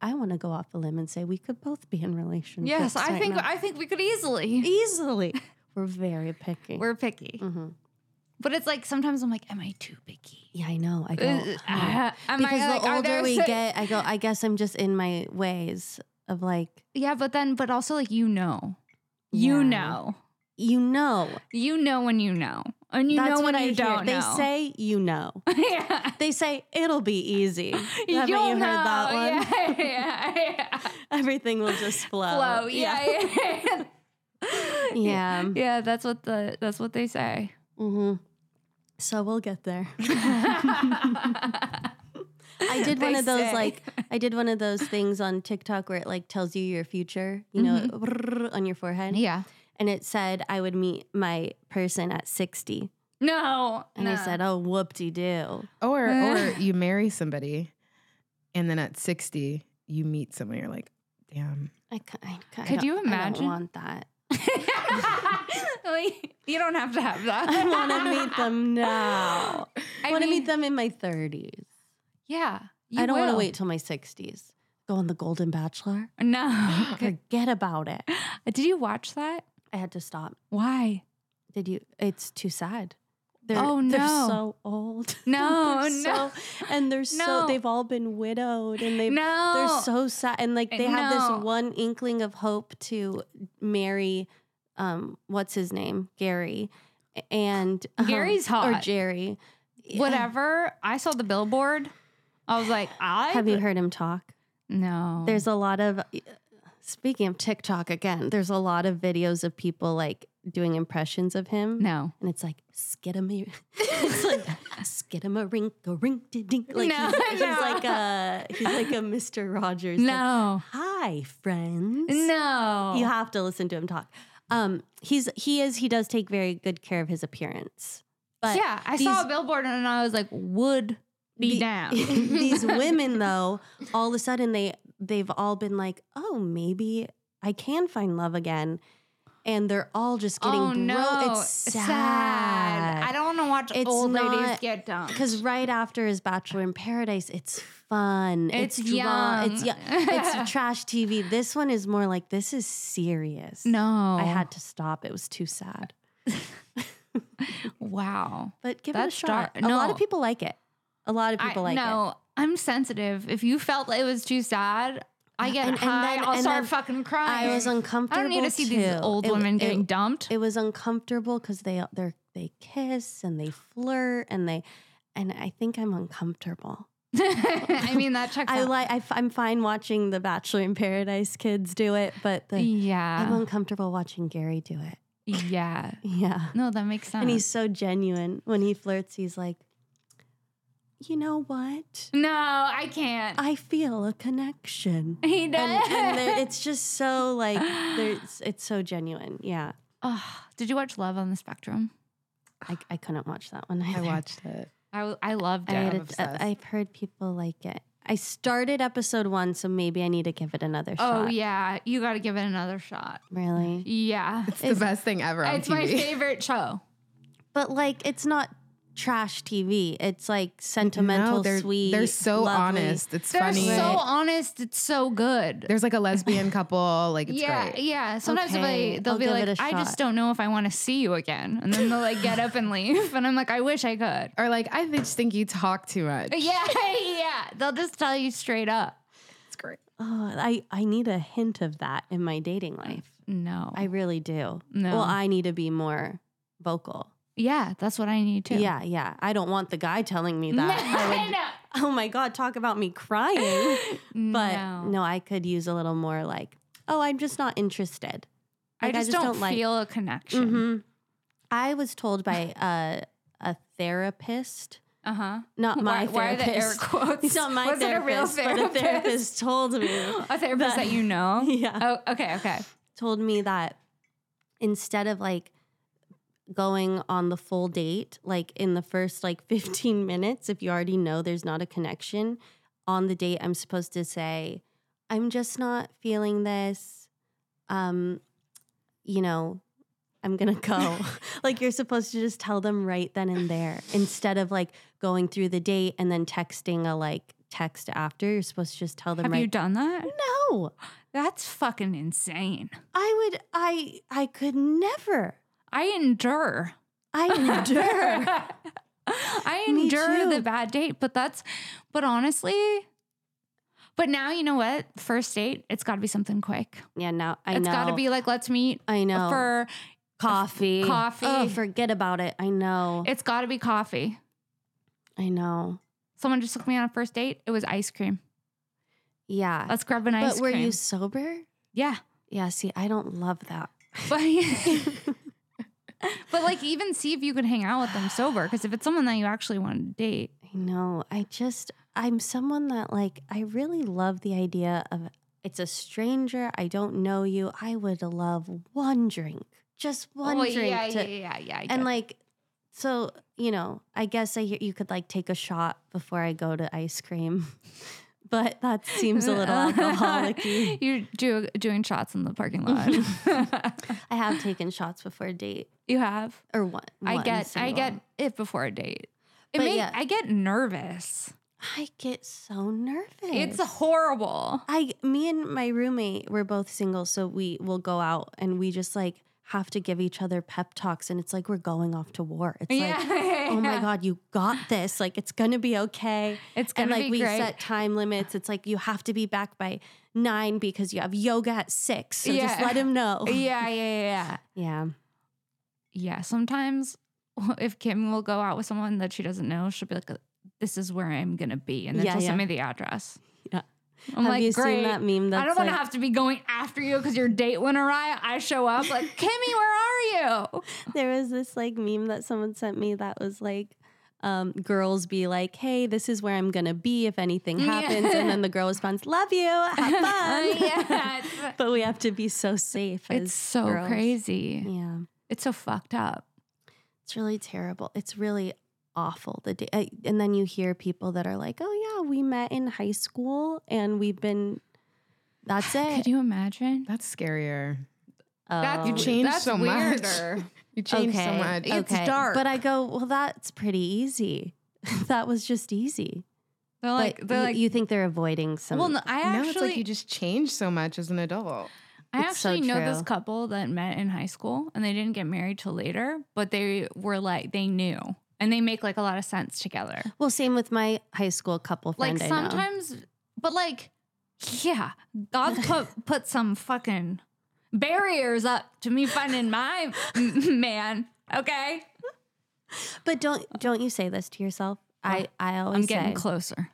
[SPEAKER 2] I want to go off a limb and say we could both be in relationships.
[SPEAKER 1] Yes, I
[SPEAKER 2] right
[SPEAKER 1] think
[SPEAKER 2] now. E
[SPEAKER 1] I think we could easily.
[SPEAKER 2] easily we're very picky.
[SPEAKER 1] We're picky,
[SPEAKER 2] Mhm.
[SPEAKER 1] but it's like sometimes I'm like, am I too picky?
[SPEAKER 2] Yeah, I know. I go
[SPEAKER 1] Uh,
[SPEAKER 2] "Huh."
[SPEAKER 1] uh, am I,
[SPEAKER 2] oh, because
[SPEAKER 1] like,
[SPEAKER 2] the
[SPEAKER 1] are
[SPEAKER 2] older
[SPEAKER 1] there
[SPEAKER 2] we
[SPEAKER 1] cer-
[SPEAKER 2] get, I go. I guess I'm just in my ways of like
[SPEAKER 1] yeah, but then, but also like you know, you
[SPEAKER 2] Yeah.
[SPEAKER 1] know,
[SPEAKER 2] you know.
[SPEAKER 1] you know when you know, and you
[SPEAKER 2] That's
[SPEAKER 1] know
[SPEAKER 2] what
[SPEAKER 1] when
[SPEAKER 2] I
[SPEAKER 1] you
[SPEAKER 2] hear.
[SPEAKER 1] don't
[SPEAKER 2] They
[SPEAKER 1] know.
[SPEAKER 2] say you know.
[SPEAKER 1] yeah.
[SPEAKER 2] They say it'll be easy. Haven't you heard
[SPEAKER 1] You'll
[SPEAKER 2] that
[SPEAKER 1] know.
[SPEAKER 2] one?
[SPEAKER 1] Yeah, yeah, yeah.
[SPEAKER 2] Everything will just flow.
[SPEAKER 1] Flow. Yeah, yeah. yeah.
[SPEAKER 2] Yeah.
[SPEAKER 1] Yeah, that's what the that's what they say.
[SPEAKER 2] hmm So we'll get there.
[SPEAKER 1] I
[SPEAKER 2] I did one
[SPEAKER 1] They
[SPEAKER 2] of those
[SPEAKER 1] say.
[SPEAKER 2] like I did one of those things on TikTok where it like tells you your future, you know, on your forehead.
[SPEAKER 1] Mm-hmm. Yeah.
[SPEAKER 2] And it said I would meet my person at 60.
[SPEAKER 1] No.
[SPEAKER 2] And I
[SPEAKER 1] no.
[SPEAKER 2] said, "Oh, whoop de doo."
[SPEAKER 3] Or or
[SPEAKER 1] Uh.
[SPEAKER 3] you marry somebody, and then at sixty you meet someone. You're like, damn.
[SPEAKER 2] I, ca- I, ca- I
[SPEAKER 1] Could
[SPEAKER 2] don't-
[SPEAKER 1] you
[SPEAKER 2] I don't
[SPEAKER 1] imagine?
[SPEAKER 2] want that.
[SPEAKER 1] Like, you don't have to have that.
[SPEAKER 2] I want to meet them now. I, want to
[SPEAKER 1] mean,
[SPEAKER 2] meet them in my 30s.
[SPEAKER 1] Yeah. you
[SPEAKER 2] I don't want to
[SPEAKER 1] will.
[SPEAKER 2] wait till my 60s. Go on the Golden Bachelor.
[SPEAKER 1] No.
[SPEAKER 2] Forget about it.
[SPEAKER 1] Did you watch that?
[SPEAKER 2] I had to stop.
[SPEAKER 1] Why?
[SPEAKER 2] Did you? It's too sad. They're,
[SPEAKER 1] Oh,
[SPEAKER 2] They're
[SPEAKER 1] no.
[SPEAKER 2] so old.
[SPEAKER 1] No,
[SPEAKER 2] They're
[SPEAKER 1] no.
[SPEAKER 2] So, and they're so
[SPEAKER 1] No.
[SPEAKER 2] they've all been widowed and they've
[SPEAKER 1] no.
[SPEAKER 2] they're so sad and like they have
[SPEAKER 1] No.
[SPEAKER 2] this one inkling of hope to marry um what's his name? Gary. And um,
[SPEAKER 1] Gary's
[SPEAKER 2] or
[SPEAKER 1] hot.
[SPEAKER 2] Jerry.
[SPEAKER 1] Whatever. I saw the billboard. I was like, I
[SPEAKER 2] Have you heard him talk?
[SPEAKER 1] No.
[SPEAKER 2] There's a lot of speaking of TikTok again, there's a lot of videos of people like doing impressions of him.
[SPEAKER 1] no.
[SPEAKER 2] and it's like skidamir. it's like skidamarinka rink de dink. Like
[SPEAKER 1] No,
[SPEAKER 2] he's, he's
[SPEAKER 1] no.
[SPEAKER 2] like a he's like a Mister Rogers. Like,
[SPEAKER 1] No.
[SPEAKER 2] Hi, friends.
[SPEAKER 1] No.
[SPEAKER 2] You have to listen to him talk. Um, he's he is he does take very good care of his appearance. But
[SPEAKER 1] yeah, I
[SPEAKER 2] these-
[SPEAKER 1] saw a billboard and I was like, would be
[SPEAKER 2] the-
[SPEAKER 1] down.
[SPEAKER 2] these women though, all of a sudden they they've all been like, oh, maybe I can find love again. And they're all just getting
[SPEAKER 1] oh
[SPEAKER 2] bro-
[SPEAKER 1] no,
[SPEAKER 2] It's sad.
[SPEAKER 1] I don't want to watch
[SPEAKER 2] It's
[SPEAKER 1] old ladies
[SPEAKER 2] not-
[SPEAKER 1] get dumped.
[SPEAKER 2] Because right after his Bachelor in Paradise, it's fun.
[SPEAKER 1] It's
[SPEAKER 2] dra- It's
[SPEAKER 1] young.
[SPEAKER 2] young. It's trash TV. This one is more like this is serious.
[SPEAKER 1] no,
[SPEAKER 2] I had to stop. It was too sad.
[SPEAKER 1] wow.
[SPEAKER 2] But give
[SPEAKER 1] That's
[SPEAKER 2] it a shot.
[SPEAKER 1] dark.
[SPEAKER 2] A lot
[SPEAKER 1] No.
[SPEAKER 2] of people like it. A lot of people
[SPEAKER 1] I,
[SPEAKER 2] like it.
[SPEAKER 1] no, I'm sensitive. If you felt it was too sad, I get
[SPEAKER 2] And- and
[SPEAKER 1] high.
[SPEAKER 2] then-
[SPEAKER 1] I'll
[SPEAKER 2] and
[SPEAKER 1] start
[SPEAKER 2] then
[SPEAKER 1] fucking crying.
[SPEAKER 2] I was uncomfortable.
[SPEAKER 1] I don't need to see these
[SPEAKER 2] too.
[SPEAKER 1] old
[SPEAKER 2] It-
[SPEAKER 1] women
[SPEAKER 2] it-
[SPEAKER 1] getting dumped.
[SPEAKER 2] It was uncomfortable because they they they kiss and they flirt and they and I think I'm uncomfortable.
[SPEAKER 1] I mean, that checks
[SPEAKER 2] I
[SPEAKER 1] out.
[SPEAKER 2] like I f- I'm fine watching the Bachelor in Paradise kids do it, but the I'm
[SPEAKER 1] yeah,
[SPEAKER 2] uncomfortable watching Gary do it.
[SPEAKER 1] yeah.
[SPEAKER 2] Yeah.
[SPEAKER 1] No, that makes sense.
[SPEAKER 2] And he's so genuine. When he flirts, he's like, you know what?
[SPEAKER 1] no, I can't.
[SPEAKER 2] I feel a connection.
[SPEAKER 1] he does.
[SPEAKER 2] And, and they're- it's just so like, they're- it's, it's so genuine. Yeah.
[SPEAKER 1] oh, did you watch Love on the Spectrum?
[SPEAKER 2] I, I couldn't watch that one.
[SPEAKER 3] I
[SPEAKER 2] either.
[SPEAKER 3] watched it.
[SPEAKER 1] I, w- I loved
[SPEAKER 2] I
[SPEAKER 1] it.
[SPEAKER 2] had
[SPEAKER 3] I'm
[SPEAKER 2] a,
[SPEAKER 3] obsessed.
[SPEAKER 2] I've heard people like it. I started episode one, so maybe I need to give it another
[SPEAKER 1] Oh
[SPEAKER 2] shot.
[SPEAKER 1] yeah, you got to give it another shot.
[SPEAKER 2] Really?
[SPEAKER 1] Yeah,
[SPEAKER 3] It's, the best thing ever on
[SPEAKER 1] it's
[SPEAKER 3] TV.
[SPEAKER 1] my favorite show.
[SPEAKER 2] But like, it's not trash TV. It's like sentimental,
[SPEAKER 3] No, they're,
[SPEAKER 2] sweet.
[SPEAKER 3] They're so
[SPEAKER 2] lovely.
[SPEAKER 3] honest. It's
[SPEAKER 1] They're
[SPEAKER 3] funny.
[SPEAKER 1] so honest. It's so good.
[SPEAKER 3] There's like a lesbian couple. Like it's
[SPEAKER 1] yeah,
[SPEAKER 3] great.
[SPEAKER 1] yeah. Sometimes
[SPEAKER 2] Okay,
[SPEAKER 1] they, they'll
[SPEAKER 2] I'll
[SPEAKER 1] be
[SPEAKER 2] give
[SPEAKER 1] like,
[SPEAKER 2] it a
[SPEAKER 1] "I just
[SPEAKER 2] shot."
[SPEAKER 1] don't know if I want to see you again," and then they'll like get up and leave, and I'm like, "I wish I could."
[SPEAKER 3] Or like I think- just think you talk too much.
[SPEAKER 1] Yeah, yeah. They'll just tell you straight up.
[SPEAKER 3] It's great.
[SPEAKER 2] Oh, I, I need a hint of that in my dating life.
[SPEAKER 1] No.
[SPEAKER 2] I really do.
[SPEAKER 1] No.
[SPEAKER 2] Well, I need to be more vocal.
[SPEAKER 1] yeah, that's what I need too.
[SPEAKER 2] Yeah, yeah. I don't want the guy telling me
[SPEAKER 1] No,
[SPEAKER 2] that. I would-
[SPEAKER 1] I know.
[SPEAKER 2] oh my God, talk about me crying. But
[SPEAKER 1] no,
[SPEAKER 2] no. I could use a little more like, oh, I'm just not interested.
[SPEAKER 1] I,
[SPEAKER 2] Like,
[SPEAKER 1] just don't, feel a
[SPEAKER 2] like.
[SPEAKER 1] connection.
[SPEAKER 2] Mhm. I was told by a, a therapist,
[SPEAKER 1] Uh huh.
[SPEAKER 2] not my
[SPEAKER 1] why, why are the air
[SPEAKER 2] therapist.
[SPEAKER 1] quotes?
[SPEAKER 2] It's not my
[SPEAKER 1] Was it a real
[SPEAKER 2] therapist,
[SPEAKER 1] therapist?
[SPEAKER 2] but a therapist told me.
[SPEAKER 1] A therapist
[SPEAKER 2] that-
[SPEAKER 1] that you know.
[SPEAKER 2] yeah.
[SPEAKER 1] Oh, okay, okay.
[SPEAKER 2] told me that instead of like going on the full date, like in the first like 15 minutes, if you already know there's not a connection, on the date, I'm supposed to say, I'm just not feeling this. Um, you know, I'm gonna go. like you're supposed to just tell them right then and there instead of like going through the date and then texting a like text after. You're supposed to just tell them
[SPEAKER 1] Have
[SPEAKER 2] right.
[SPEAKER 1] you done that?
[SPEAKER 2] no.
[SPEAKER 1] That's fucking insane.
[SPEAKER 2] I would I I could never.
[SPEAKER 1] I endure.
[SPEAKER 2] I endure.
[SPEAKER 1] I
[SPEAKER 2] Me
[SPEAKER 1] endure the
[SPEAKER 2] too.
[SPEAKER 1] bad date, but that's, but honestly, but now you know what? First date, it's got to be something quick.
[SPEAKER 2] yeah, no, I
[SPEAKER 1] it's
[SPEAKER 2] know.
[SPEAKER 1] got to be like, let's meet
[SPEAKER 2] I know.
[SPEAKER 1] for,
[SPEAKER 2] coffee.
[SPEAKER 1] coffee.
[SPEAKER 2] Oh, forget about it. I know.
[SPEAKER 1] it's got to be coffee.
[SPEAKER 2] I know.
[SPEAKER 1] Someone just took me on a first date. It was ice cream.
[SPEAKER 2] Yeah.
[SPEAKER 1] Let's grab an
[SPEAKER 2] but
[SPEAKER 1] ice
[SPEAKER 2] were
[SPEAKER 1] cream.
[SPEAKER 2] you sober?
[SPEAKER 1] yeah.
[SPEAKER 2] Yeah, see, I don't love that.
[SPEAKER 1] But, but like even see if you can hang out with them sober. Because if it's someone that you actually want to date,
[SPEAKER 2] I know. I just I'm someone that like I really love the idea of it's a stranger, I don't know you. I would love one drink. Just one
[SPEAKER 1] Well,
[SPEAKER 2] drink
[SPEAKER 1] Oh, yeah, yeah,
[SPEAKER 2] to,
[SPEAKER 1] yeah, yeah, I get
[SPEAKER 2] and
[SPEAKER 1] it.
[SPEAKER 2] like so you know i guess I, you could like take a shot before i go to ice cream but that seems a little alcoholic
[SPEAKER 1] You're do, doing shots in the parking lot.
[SPEAKER 2] i have taken shots before a date
[SPEAKER 1] you have.
[SPEAKER 2] or one
[SPEAKER 1] I
[SPEAKER 2] one
[SPEAKER 1] get. I
[SPEAKER 2] single.
[SPEAKER 1] get it before a date. It
[SPEAKER 2] But
[SPEAKER 1] may,
[SPEAKER 2] yeah.
[SPEAKER 1] I get nervous.
[SPEAKER 2] i get so nervous
[SPEAKER 1] It's horrible.
[SPEAKER 2] i me and my roommate we're both single so we will go out and we just like have to give each other pep talks and it's like we're going off to war it's like oh my god you got this like it's gonna be okay
[SPEAKER 1] It's
[SPEAKER 2] and
[SPEAKER 1] gonna
[SPEAKER 2] like
[SPEAKER 1] be
[SPEAKER 2] we
[SPEAKER 1] great.
[SPEAKER 2] set time limits. It's like you have to be back by nine because you have yoga at six. So just
[SPEAKER 1] Yeah.
[SPEAKER 2] let him know.
[SPEAKER 1] yeah, yeah, yeah, yeah.
[SPEAKER 2] Yeah.
[SPEAKER 1] Yeah. Sometimes if Kim will go out with someone that she doesn't know, she'll be like, "This is where I'm gonna be," and then
[SPEAKER 2] Yeah,
[SPEAKER 1] she'll send me
[SPEAKER 2] yeah.
[SPEAKER 1] the address.
[SPEAKER 2] Yeah.
[SPEAKER 1] I'm
[SPEAKER 2] have
[SPEAKER 1] like,
[SPEAKER 2] you
[SPEAKER 1] great.
[SPEAKER 2] seen that meme? That's
[SPEAKER 1] I don't
[SPEAKER 2] like,
[SPEAKER 1] want to have to be going after you because your date went awry. I show up like, Kimmy, where are you?
[SPEAKER 2] There was this like meme that someone sent me that was like. Um, girls be like, hey, this is where I'm gonna be if anything
[SPEAKER 1] Yeah.
[SPEAKER 2] happens. And then the girl responds, love you, have fun.
[SPEAKER 1] yeah, it's-
[SPEAKER 2] But we have to be so safe.
[SPEAKER 1] It's
[SPEAKER 2] as
[SPEAKER 1] so
[SPEAKER 2] girls.
[SPEAKER 1] crazy.
[SPEAKER 2] Yeah.
[SPEAKER 1] It's so fucked up.
[SPEAKER 2] It's really terrible. It's really awful. The day, I, and then you hear people that are like, "Oh yeah, we met in high school, and we've been." That's it.
[SPEAKER 1] Could you imagine?
[SPEAKER 3] That's scarier.
[SPEAKER 2] Oh.
[SPEAKER 1] That's-
[SPEAKER 3] You change
[SPEAKER 1] that's
[SPEAKER 3] so much.
[SPEAKER 1] weirder.
[SPEAKER 3] You change so much.
[SPEAKER 1] It's dark.
[SPEAKER 2] But I go, well, that's pretty easy. that was just easy.
[SPEAKER 1] They're
[SPEAKER 2] But
[SPEAKER 1] like, they're
[SPEAKER 2] you,
[SPEAKER 1] like,
[SPEAKER 2] you think they're avoiding some?
[SPEAKER 1] well, no, I
[SPEAKER 3] no,
[SPEAKER 1] actually,
[SPEAKER 3] it's like you just change so much as an adult.
[SPEAKER 1] I
[SPEAKER 2] it's so
[SPEAKER 1] actually know this
[SPEAKER 2] true.
[SPEAKER 1] couple that met in high school and they didn't get married till later, but they were like, they knew and they make like a lot of sense together.
[SPEAKER 2] well, same with my high school couple friend.
[SPEAKER 1] Like sometimes, but like, yeah, God put put some fucking barriers up to me finding my man. Okay,
[SPEAKER 2] I know. but don't don't you say this to yourself? I I always
[SPEAKER 1] I'm getting
[SPEAKER 2] say,
[SPEAKER 1] closer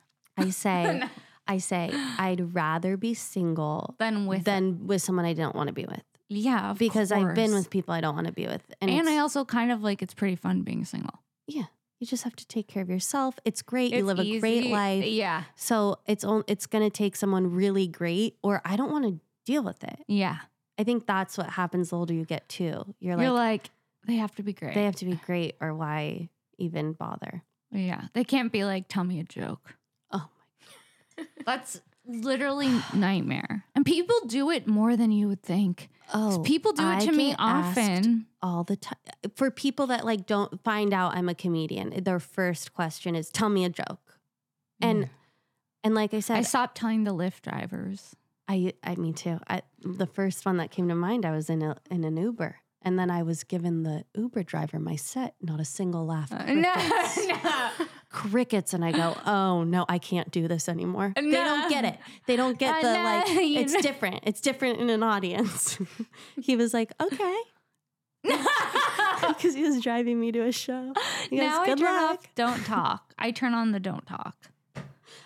[SPEAKER 2] I say, I say, I'd rather be single
[SPEAKER 1] than with
[SPEAKER 2] than with someone I don't want to be with.
[SPEAKER 1] yeah of
[SPEAKER 2] because I've been
[SPEAKER 1] course.
[SPEAKER 2] with people I don't want to be with, and,
[SPEAKER 1] And, I
[SPEAKER 2] it's-
[SPEAKER 1] also kind of like it's pretty fun being single.
[SPEAKER 2] you just have to take care of yourself. It's great. you
[SPEAKER 1] It's
[SPEAKER 2] live a great
[SPEAKER 1] easy.
[SPEAKER 2] life.
[SPEAKER 1] Yeah.
[SPEAKER 2] So it's on, it's going to take someone really great, or I don't want to deal with it.
[SPEAKER 1] Yeah.
[SPEAKER 2] I think that's what happens the older you get too. You're
[SPEAKER 1] You're,
[SPEAKER 2] like,
[SPEAKER 1] like, they have to be great.
[SPEAKER 2] they have to be great, or why even bother?
[SPEAKER 1] yeah. They can't be like, tell me a joke.
[SPEAKER 2] Oh
[SPEAKER 1] That's literally nightmare. And people do it more than you would think.
[SPEAKER 2] Oh,
[SPEAKER 1] people do it
[SPEAKER 2] I
[SPEAKER 1] to me
[SPEAKER 2] get asked
[SPEAKER 1] often.
[SPEAKER 2] all the time. For people that like don't find out I'm a comedian, their first question is, "Tell me a joke." And and like I said,
[SPEAKER 1] Mm. I stopped telling the Lyft drivers.
[SPEAKER 2] I, I me too. I, the first one that came to mind, I was in a in an Uber, and then I was given the Uber driver my set. Not a single laugh.
[SPEAKER 1] Uh,
[SPEAKER 2] Crickets. crickets, and I go, oh no, I can't do this anymore. They
[SPEAKER 1] No.
[SPEAKER 2] don't get it. They don't get
[SPEAKER 1] I
[SPEAKER 2] the
[SPEAKER 1] know,
[SPEAKER 2] like.
[SPEAKER 1] you
[SPEAKER 2] It's
[SPEAKER 1] know.
[SPEAKER 2] different. It's different in an audience. he was like, okay, because he was driving me to a show. He goes,
[SPEAKER 1] Uh. now I
[SPEAKER 2] good
[SPEAKER 1] turn
[SPEAKER 2] luck.
[SPEAKER 1] off don't talk. I turn on the don't talk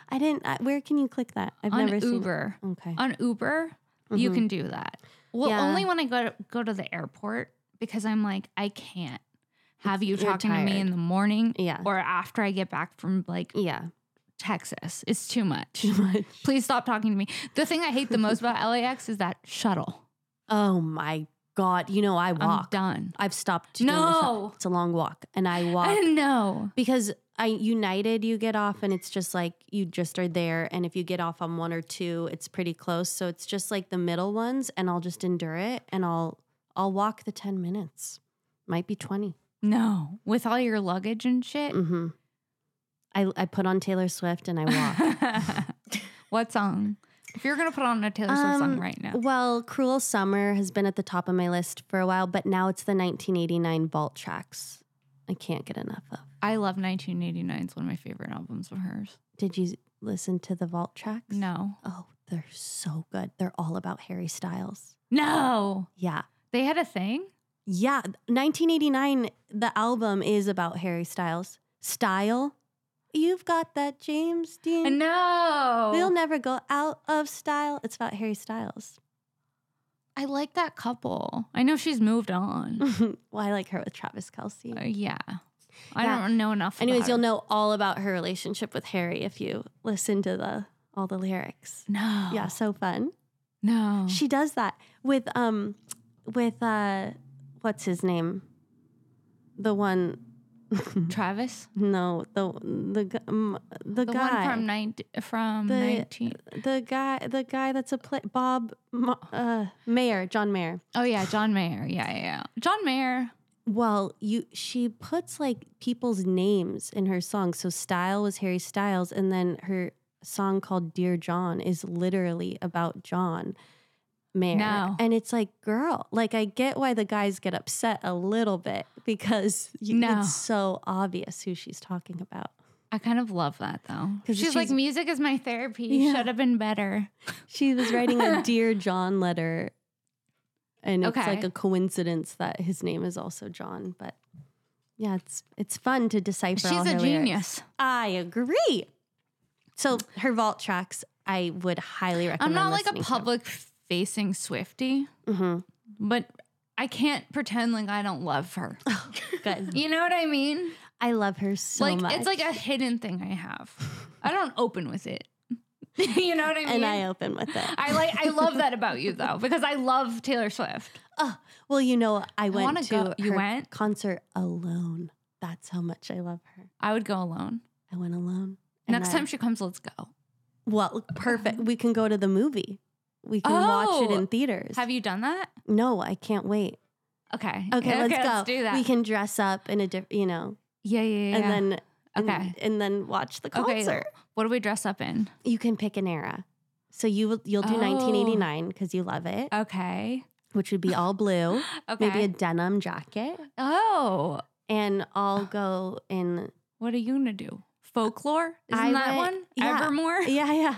[SPEAKER 2] I didn't. I, where can you click that? I've
[SPEAKER 1] on
[SPEAKER 2] never seen. it.
[SPEAKER 1] Uber.
[SPEAKER 2] Okay.
[SPEAKER 1] On Uber, you
[SPEAKER 2] Mhm.
[SPEAKER 1] can do that. Well,
[SPEAKER 2] Yeah.
[SPEAKER 1] only when I go to, go to the airport because I'm like I can't have you
[SPEAKER 3] You're
[SPEAKER 1] talking to me
[SPEAKER 3] tired.
[SPEAKER 1] in the morning
[SPEAKER 2] Yeah.
[SPEAKER 1] or after I get back from like
[SPEAKER 2] Yeah.
[SPEAKER 1] Texas. It's too much.
[SPEAKER 2] Too much.
[SPEAKER 1] Please stop talking to me. The thing I hate the most about LAX is that shuttle.
[SPEAKER 2] Oh my god. You know I
[SPEAKER 1] I'm
[SPEAKER 2] walk.
[SPEAKER 1] done.
[SPEAKER 2] I've stopped. doing the shuttle.
[SPEAKER 1] No.
[SPEAKER 2] it's a long walk, and I walk
[SPEAKER 1] I know.
[SPEAKER 2] because I United you get off, and it's just like you just are there. And if you get off on one or two, it's pretty close. So it's just like the middle ones, and I'll just endure it, and I'll I'll walk the ten minutes, might be twenty.
[SPEAKER 1] No, with all your luggage and shit.
[SPEAKER 2] Mm-hmm. I I put on Taylor Swift and I walk.
[SPEAKER 1] what song? If you're gonna put on a Taylor Swift song
[SPEAKER 2] Um,
[SPEAKER 1] right now,
[SPEAKER 2] Well, Cruel Summer has been at the top of my list for a while, but now it's the 1989 vault tracks. I can't get enough of.
[SPEAKER 1] I love 1989. It's one of my favorite albums of hers.
[SPEAKER 2] Did you listen to the vault tracks?
[SPEAKER 1] No,
[SPEAKER 2] Oh, they're so good. They're all about Harry Styles.
[SPEAKER 1] no,
[SPEAKER 2] Yeah.
[SPEAKER 1] they had a thing.
[SPEAKER 2] Yeah. 1989, the album is about Harry Styles. Style. You've got that James Dean.
[SPEAKER 1] No,
[SPEAKER 2] We'll never go out of style. It's about Harry Styles.
[SPEAKER 1] I like that couple. I know she's moved on.
[SPEAKER 2] well, I like her with Travis Kelsey.
[SPEAKER 1] Uh, yeah, I
[SPEAKER 2] Yeah.
[SPEAKER 1] don't know enough.
[SPEAKER 2] Anyways,
[SPEAKER 1] about
[SPEAKER 2] you'll
[SPEAKER 1] her.
[SPEAKER 2] know all about her relationship with Harry if you listen to the all the lyrics.
[SPEAKER 1] No,
[SPEAKER 2] Yeah, so fun.
[SPEAKER 1] no.
[SPEAKER 2] She does that with um with uh what's his name? The one
[SPEAKER 1] Travis,
[SPEAKER 2] no, the the gu- um, the,
[SPEAKER 1] the
[SPEAKER 2] guy
[SPEAKER 1] one from nine from
[SPEAKER 2] The-
[SPEAKER 1] 19.
[SPEAKER 2] the guy the guy that's a play, Bob Ma- uh Mayer, John Mayer.
[SPEAKER 1] Oh yeah, John Mayer. Yeah, yeah, yeah. John Mayer.
[SPEAKER 2] Well, you she puts like people's names in her song. So Style was Harry Styles, and then her song called Dear John is literally about John Mayer.
[SPEAKER 1] No.
[SPEAKER 2] And it's like, girl, like I get why the guys get upset a little bit because you,
[SPEAKER 1] No.
[SPEAKER 2] it's so obvious who she's talking about.
[SPEAKER 1] I kind of love that though.
[SPEAKER 2] 'Cause
[SPEAKER 1] She's, like,
[SPEAKER 2] she's-
[SPEAKER 1] music is my therapy.
[SPEAKER 2] Yeah.
[SPEAKER 1] Should have been better.
[SPEAKER 2] She was writing a Dear John letter. And it's
[SPEAKER 1] Okay.
[SPEAKER 2] like a coincidence that his name is also John, but yeah, it's it's fun to decipher. all
[SPEAKER 1] She's a
[SPEAKER 2] her lyrics.
[SPEAKER 1] genius.
[SPEAKER 2] I agree. So her vault tracks, I would highly recommend.
[SPEAKER 1] I'm not like a public facing Swifty,
[SPEAKER 2] hmm
[SPEAKER 1] but I can't pretend like I don't love her.
[SPEAKER 2] Good.
[SPEAKER 1] You know what I mean?
[SPEAKER 2] I love her so
[SPEAKER 1] like
[SPEAKER 2] much.
[SPEAKER 1] it's like a hidden thing I have. I don't open with it. you know what I mean?
[SPEAKER 2] and I open with it.
[SPEAKER 1] I like I love that about you though because I love Taylor Swift.
[SPEAKER 2] Oh, well, you know, I went
[SPEAKER 1] wanna
[SPEAKER 2] to
[SPEAKER 1] go- you
[SPEAKER 2] her
[SPEAKER 1] went?
[SPEAKER 2] concert alone. That's how much I love her.
[SPEAKER 1] I would go alone.
[SPEAKER 2] I went alone. and
[SPEAKER 1] Next
[SPEAKER 2] I-
[SPEAKER 1] time she comes, let's go.
[SPEAKER 2] well, perfect. We can go to the movie. We can watch it
[SPEAKER 1] Oh,
[SPEAKER 2] in theaters.
[SPEAKER 1] Have you done that?
[SPEAKER 2] no, I can't wait.
[SPEAKER 1] Okay.
[SPEAKER 2] Okay, let's go.
[SPEAKER 1] do that.
[SPEAKER 2] We can dress up in a different, you know,
[SPEAKER 1] yeah, yeah, yeah.
[SPEAKER 2] and
[SPEAKER 1] yeah.
[SPEAKER 2] then and-
[SPEAKER 1] Okay.
[SPEAKER 2] and then watch the
[SPEAKER 1] Okay.
[SPEAKER 2] concert.
[SPEAKER 1] what do we dress up in?
[SPEAKER 2] you can pick an era. So you will you'll do
[SPEAKER 1] Oh.
[SPEAKER 2] 1989 because you love it,
[SPEAKER 1] Okay.
[SPEAKER 2] which would be all blue,
[SPEAKER 1] Okay.
[SPEAKER 2] maybe a denim jacket,
[SPEAKER 1] oh,
[SPEAKER 2] and I'll go in.
[SPEAKER 1] what are you gonna do? Folklore? Isn't
[SPEAKER 2] I
[SPEAKER 1] that
[SPEAKER 2] went-
[SPEAKER 1] one?
[SPEAKER 2] yeah.
[SPEAKER 1] Evermore?
[SPEAKER 2] Yeah, yeah.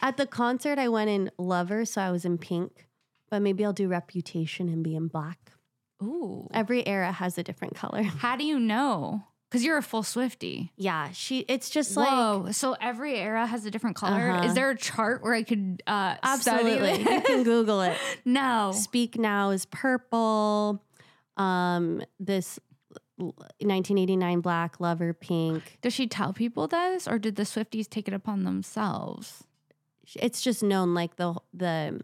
[SPEAKER 2] At the concert, I went in lover, so I was in pink. But maybe I'll do Reputation and be in black.
[SPEAKER 1] Ooh.
[SPEAKER 2] Every era has a different color.
[SPEAKER 1] How do you know? Because you're a full Swifty.
[SPEAKER 2] Yeah, she. It's just like
[SPEAKER 1] Whoa. so every era has a different color.
[SPEAKER 2] Uh-huh.
[SPEAKER 1] Is there a chart where I could uh,
[SPEAKER 2] absolutely.
[SPEAKER 1] Study
[SPEAKER 2] you can
[SPEAKER 1] this?
[SPEAKER 2] Google it.
[SPEAKER 1] no.
[SPEAKER 2] Speak Now is purple. Um, this l- 1989 black lover pink.
[SPEAKER 1] Does she tell people this, or did the Swifties take it upon themselves?
[SPEAKER 2] it's just known like the the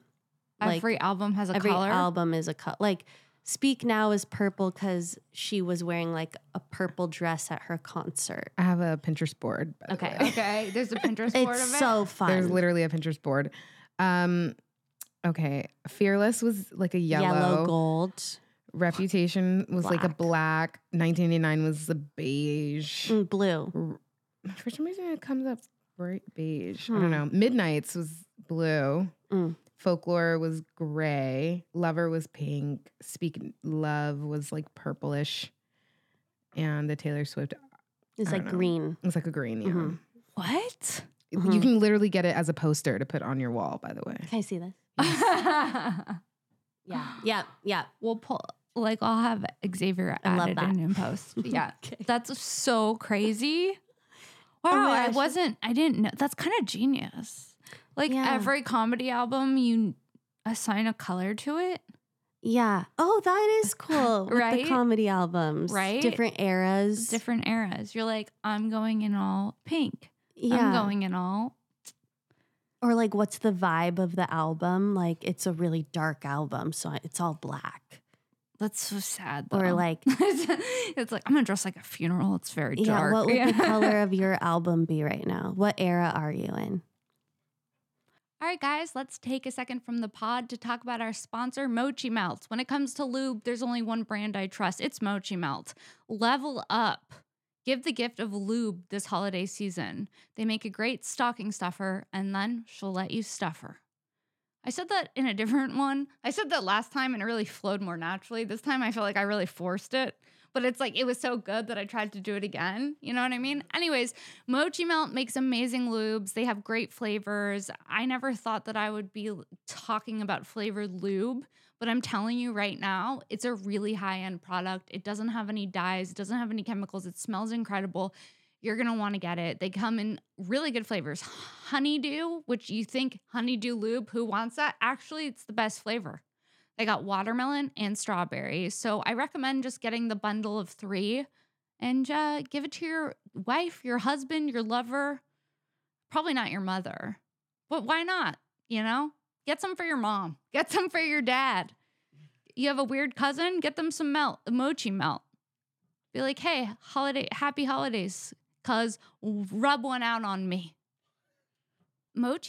[SPEAKER 2] like
[SPEAKER 1] every album has a
[SPEAKER 2] every
[SPEAKER 1] color.
[SPEAKER 2] album is a color. Like Speak Now is purple because she was wearing like a purple dress at her concert.
[SPEAKER 3] I have a Pinterest board. by the
[SPEAKER 2] Okay.
[SPEAKER 3] way.
[SPEAKER 1] Okay, there's a Pinterest board of
[SPEAKER 2] It's so fun.
[SPEAKER 3] There's literally a Pinterest board. Um, okay. Fearless was like a yellow.
[SPEAKER 2] gold.
[SPEAKER 3] Reputation was like a
[SPEAKER 2] Black.
[SPEAKER 3] black. 1989 was the beige.
[SPEAKER 2] Mm, blue.
[SPEAKER 3] R- For some reason, it comes up bright beige. I
[SPEAKER 2] Hmm.
[SPEAKER 3] don't know. Midnight's was blue.
[SPEAKER 2] Mm.
[SPEAKER 3] Folklore was gray. Lover was pink. Speak Love was like purplish. And the Taylor Swift
[SPEAKER 2] It's
[SPEAKER 3] I
[SPEAKER 2] like
[SPEAKER 3] don't know.
[SPEAKER 2] green.
[SPEAKER 3] was like a green. Yeah.
[SPEAKER 2] Mhm.
[SPEAKER 1] what?
[SPEAKER 3] You
[SPEAKER 2] Mhm.
[SPEAKER 3] can literally get it as a poster to put on your wall, by the way.
[SPEAKER 2] Can I see this? Yeah. Yeah. Yeah.
[SPEAKER 1] we'll pull like I'll have Xavier
[SPEAKER 2] I love
[SPEAKER 1] added
[SPEAKER 2] that.
[SPEAKER 1] in in post. Yeah,
[SPEAKER 2] Okay.
[SPEAKER 1] that's so crazy. Wow,
[SPEAKER 2] Oh my
[SPEAKER 1] I
[SPEAKER 2] gosh.
[SPEAKER 1] wasn't. I didn't know. That's kind of genius. Like
[SPEAKER 2] Yeah.
[SPEAKER 1] every comedy album, you assign a color to it.
[SPEAKER 2] Yeah. Oh, that is cool. with
[SPEAKER 1] Right?
[SPEAKER 2] The comedy albums.
[SPEAKER 1] Right?
[SPEAKER 2] Different eras.
[SPEAKER 1] Different eras. You're like, I'm going in all pink.
[SPEAKER 2] yeah.
[SPEAKER 1] I'm going in all.
[SPEAKER 2] Or like, what's the vibe of the album? Like, it's a really dark album, so it's all black.
[SPEAKER 1] That's so sad. Though.
[SPEAKER 2] Or like,
[SPEAKER 1] it's like I'm gonna dress like a funeral. It's very dark.
[SPEAKER 2] yeah, what would
[SPEAKER 1] Yeah.
[SPEAKER 2] the color of your album be right now? What era are you in?
[SPEAKER 1] All right, guys, let's take a second from the pod to talk about our sponsor, Mochi Melt. When it comes to lube, there's only one brand I trust. It's Mochi Melt. Level up. Give the gift of lube this holiday season. They make a great stocking stuffer, and then she'll let you stuff her. I said that in a different one. I said that last time and it really flowed more naturally. This time I felt like I really forced it, but it's like it was so good that I tried to do it again. You know what I mean? Anyways, Mochi Melt makes amazing lubes. They have great flavors. I never thought that I would be l- talking about flavored lube, but I'm telling you right now, it's a really high end product. It doesn't have any dyes, it doesn't have any chemicals. It smells incredible. You're going to want to get it. They come in really good flavors. Honeydew, which you think honeydew lube, who wants that? Actually, it's the best flavor. They got watermelon and strawberry. So I recommend just getting the bundle of three and uh, give it to your wife, your husband, your lover, probably not your mother, but why not? You know, get some for your mom, get some for your dad. You have a weird cousin, get them some melt, mochi melt. Be like, hey, holiday, happy holidays, cuz rub one out on me.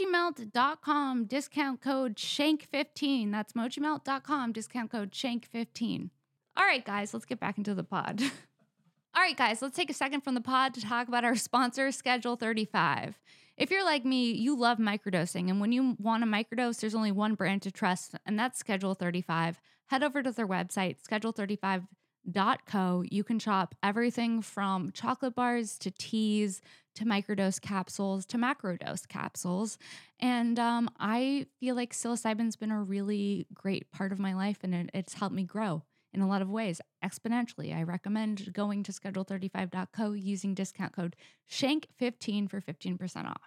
[SPEAKER 1] Mochimelt.com, discount code shank15. That's mochimelt.com, discount code shank15. All right, guys, let's get back into the pod. All right, guys, let's take a second from the pod to talk about our sponsor, Schedule 35. If you're like me, you love microdosing, and when you want a microdose, there's only one brand to trust, and that's Schedule 35. Head over to their website, schedule35.co. You can shop everything from chocolate bars to teas to microdose capsules to macrodose capsules. And um, I feel like psilocybin's been a really great part of my life, and it, it's helped me grow in a lot of ways exponentially. I recommend going to schedule35.co using discount code SHANK15 for 15% off.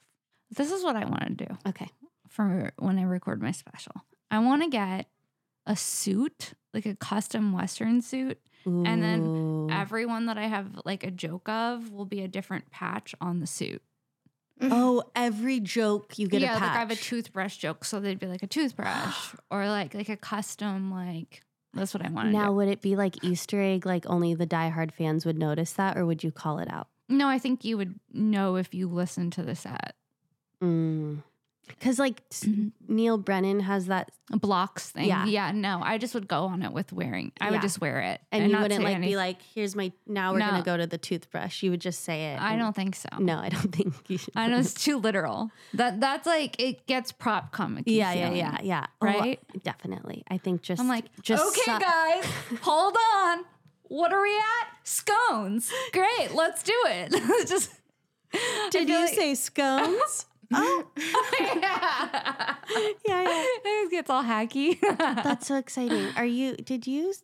[SPEAKER 1] This is what I want to do
[SPEAKER 2] Okay.
[SPEAKER 1] for when I record my special. I want to get a suit, like a custom Western suit. And then
[SPEAKER 2] Ooh.
[SPEAKER 1] Everyone that I have like a joke of will be a different patch on the suit.
[SPEAKER 2] oh, every joke you get
[SPEAKER 1] yeah,
[SPEAKER 2] a patch.
[SPEAKER 1] like I have a toothbrush joke, so they'd be like a toothbrush or like like a custom like. That's what I want to
[SPEAKER 2] Now,
[SPEAKER 1] do.
[SPEAKER 2] would it be like Easter egg? Like only the diehard fans would notice that, or would you call it out?
[SPEAKER 1] No, I think you would know if you listened to the set.
[SPEAKER 2] Because Mm. like s-
[SPEAKER 1] Mm-hmm.
[SPEAKER 2] Neil Brennan has that,
[SPEAKER 1] blocks thing. Yeah.
[SPEAKER 2] Yeah.
[SPEAKER 1] no, I just would go on it with wearing. I would
[SPEAKER 2] Yeah.
[SPEAKER 1] just wear it,
[SPEAKER 2] and, you
[SPEAKER 1] not
[SPEAKER 2] wouldn't
[SPEAKER 1] say
[SPEAKER 2] like
[SPEAKER 1] anything.
[SPEAKER 2] be like, "Here's my." Now we're
[SPEAKER 1] No.
[SPEAKER 2] gonna go to the toothbrush. You would just say it.
[SPEAKER 1] I
[SPEAKER 2] and-
[SPEAKER 1] don't think so.
[SPEAKER 2] No, I don't think you should.
[SPEAKER 1] I know it's too literal. That that's like it gets prop comic.
[SPEAKER 2] yeah, yeah, yeah, yeah. Oh,
[SPEAKER 1] Right?
[SPEAKER 2] definitely. I think just.
[SPEAKER 1] I'm like,
[SPEAKER 2] just
[SPEAKER 1] okay,
[SPEAKER 2] su-
[SPEAKER 1] guys, hold on. What are we at? Scones. Great, let's do it. It's just I
[SPEAKER 2] Did
[SPEAKER 1] feel
[SPEAKER 2] you
[SPEAKER 1] like-
[SPEAKER 2] say scones?
[SPEAKER 1] yeah.
[SPEAKER 2] yeah, yeah.
[SPEAKER 1] It gets all hacky.
[SPEAKER 2] That's so exciting. Are you? Did you? s-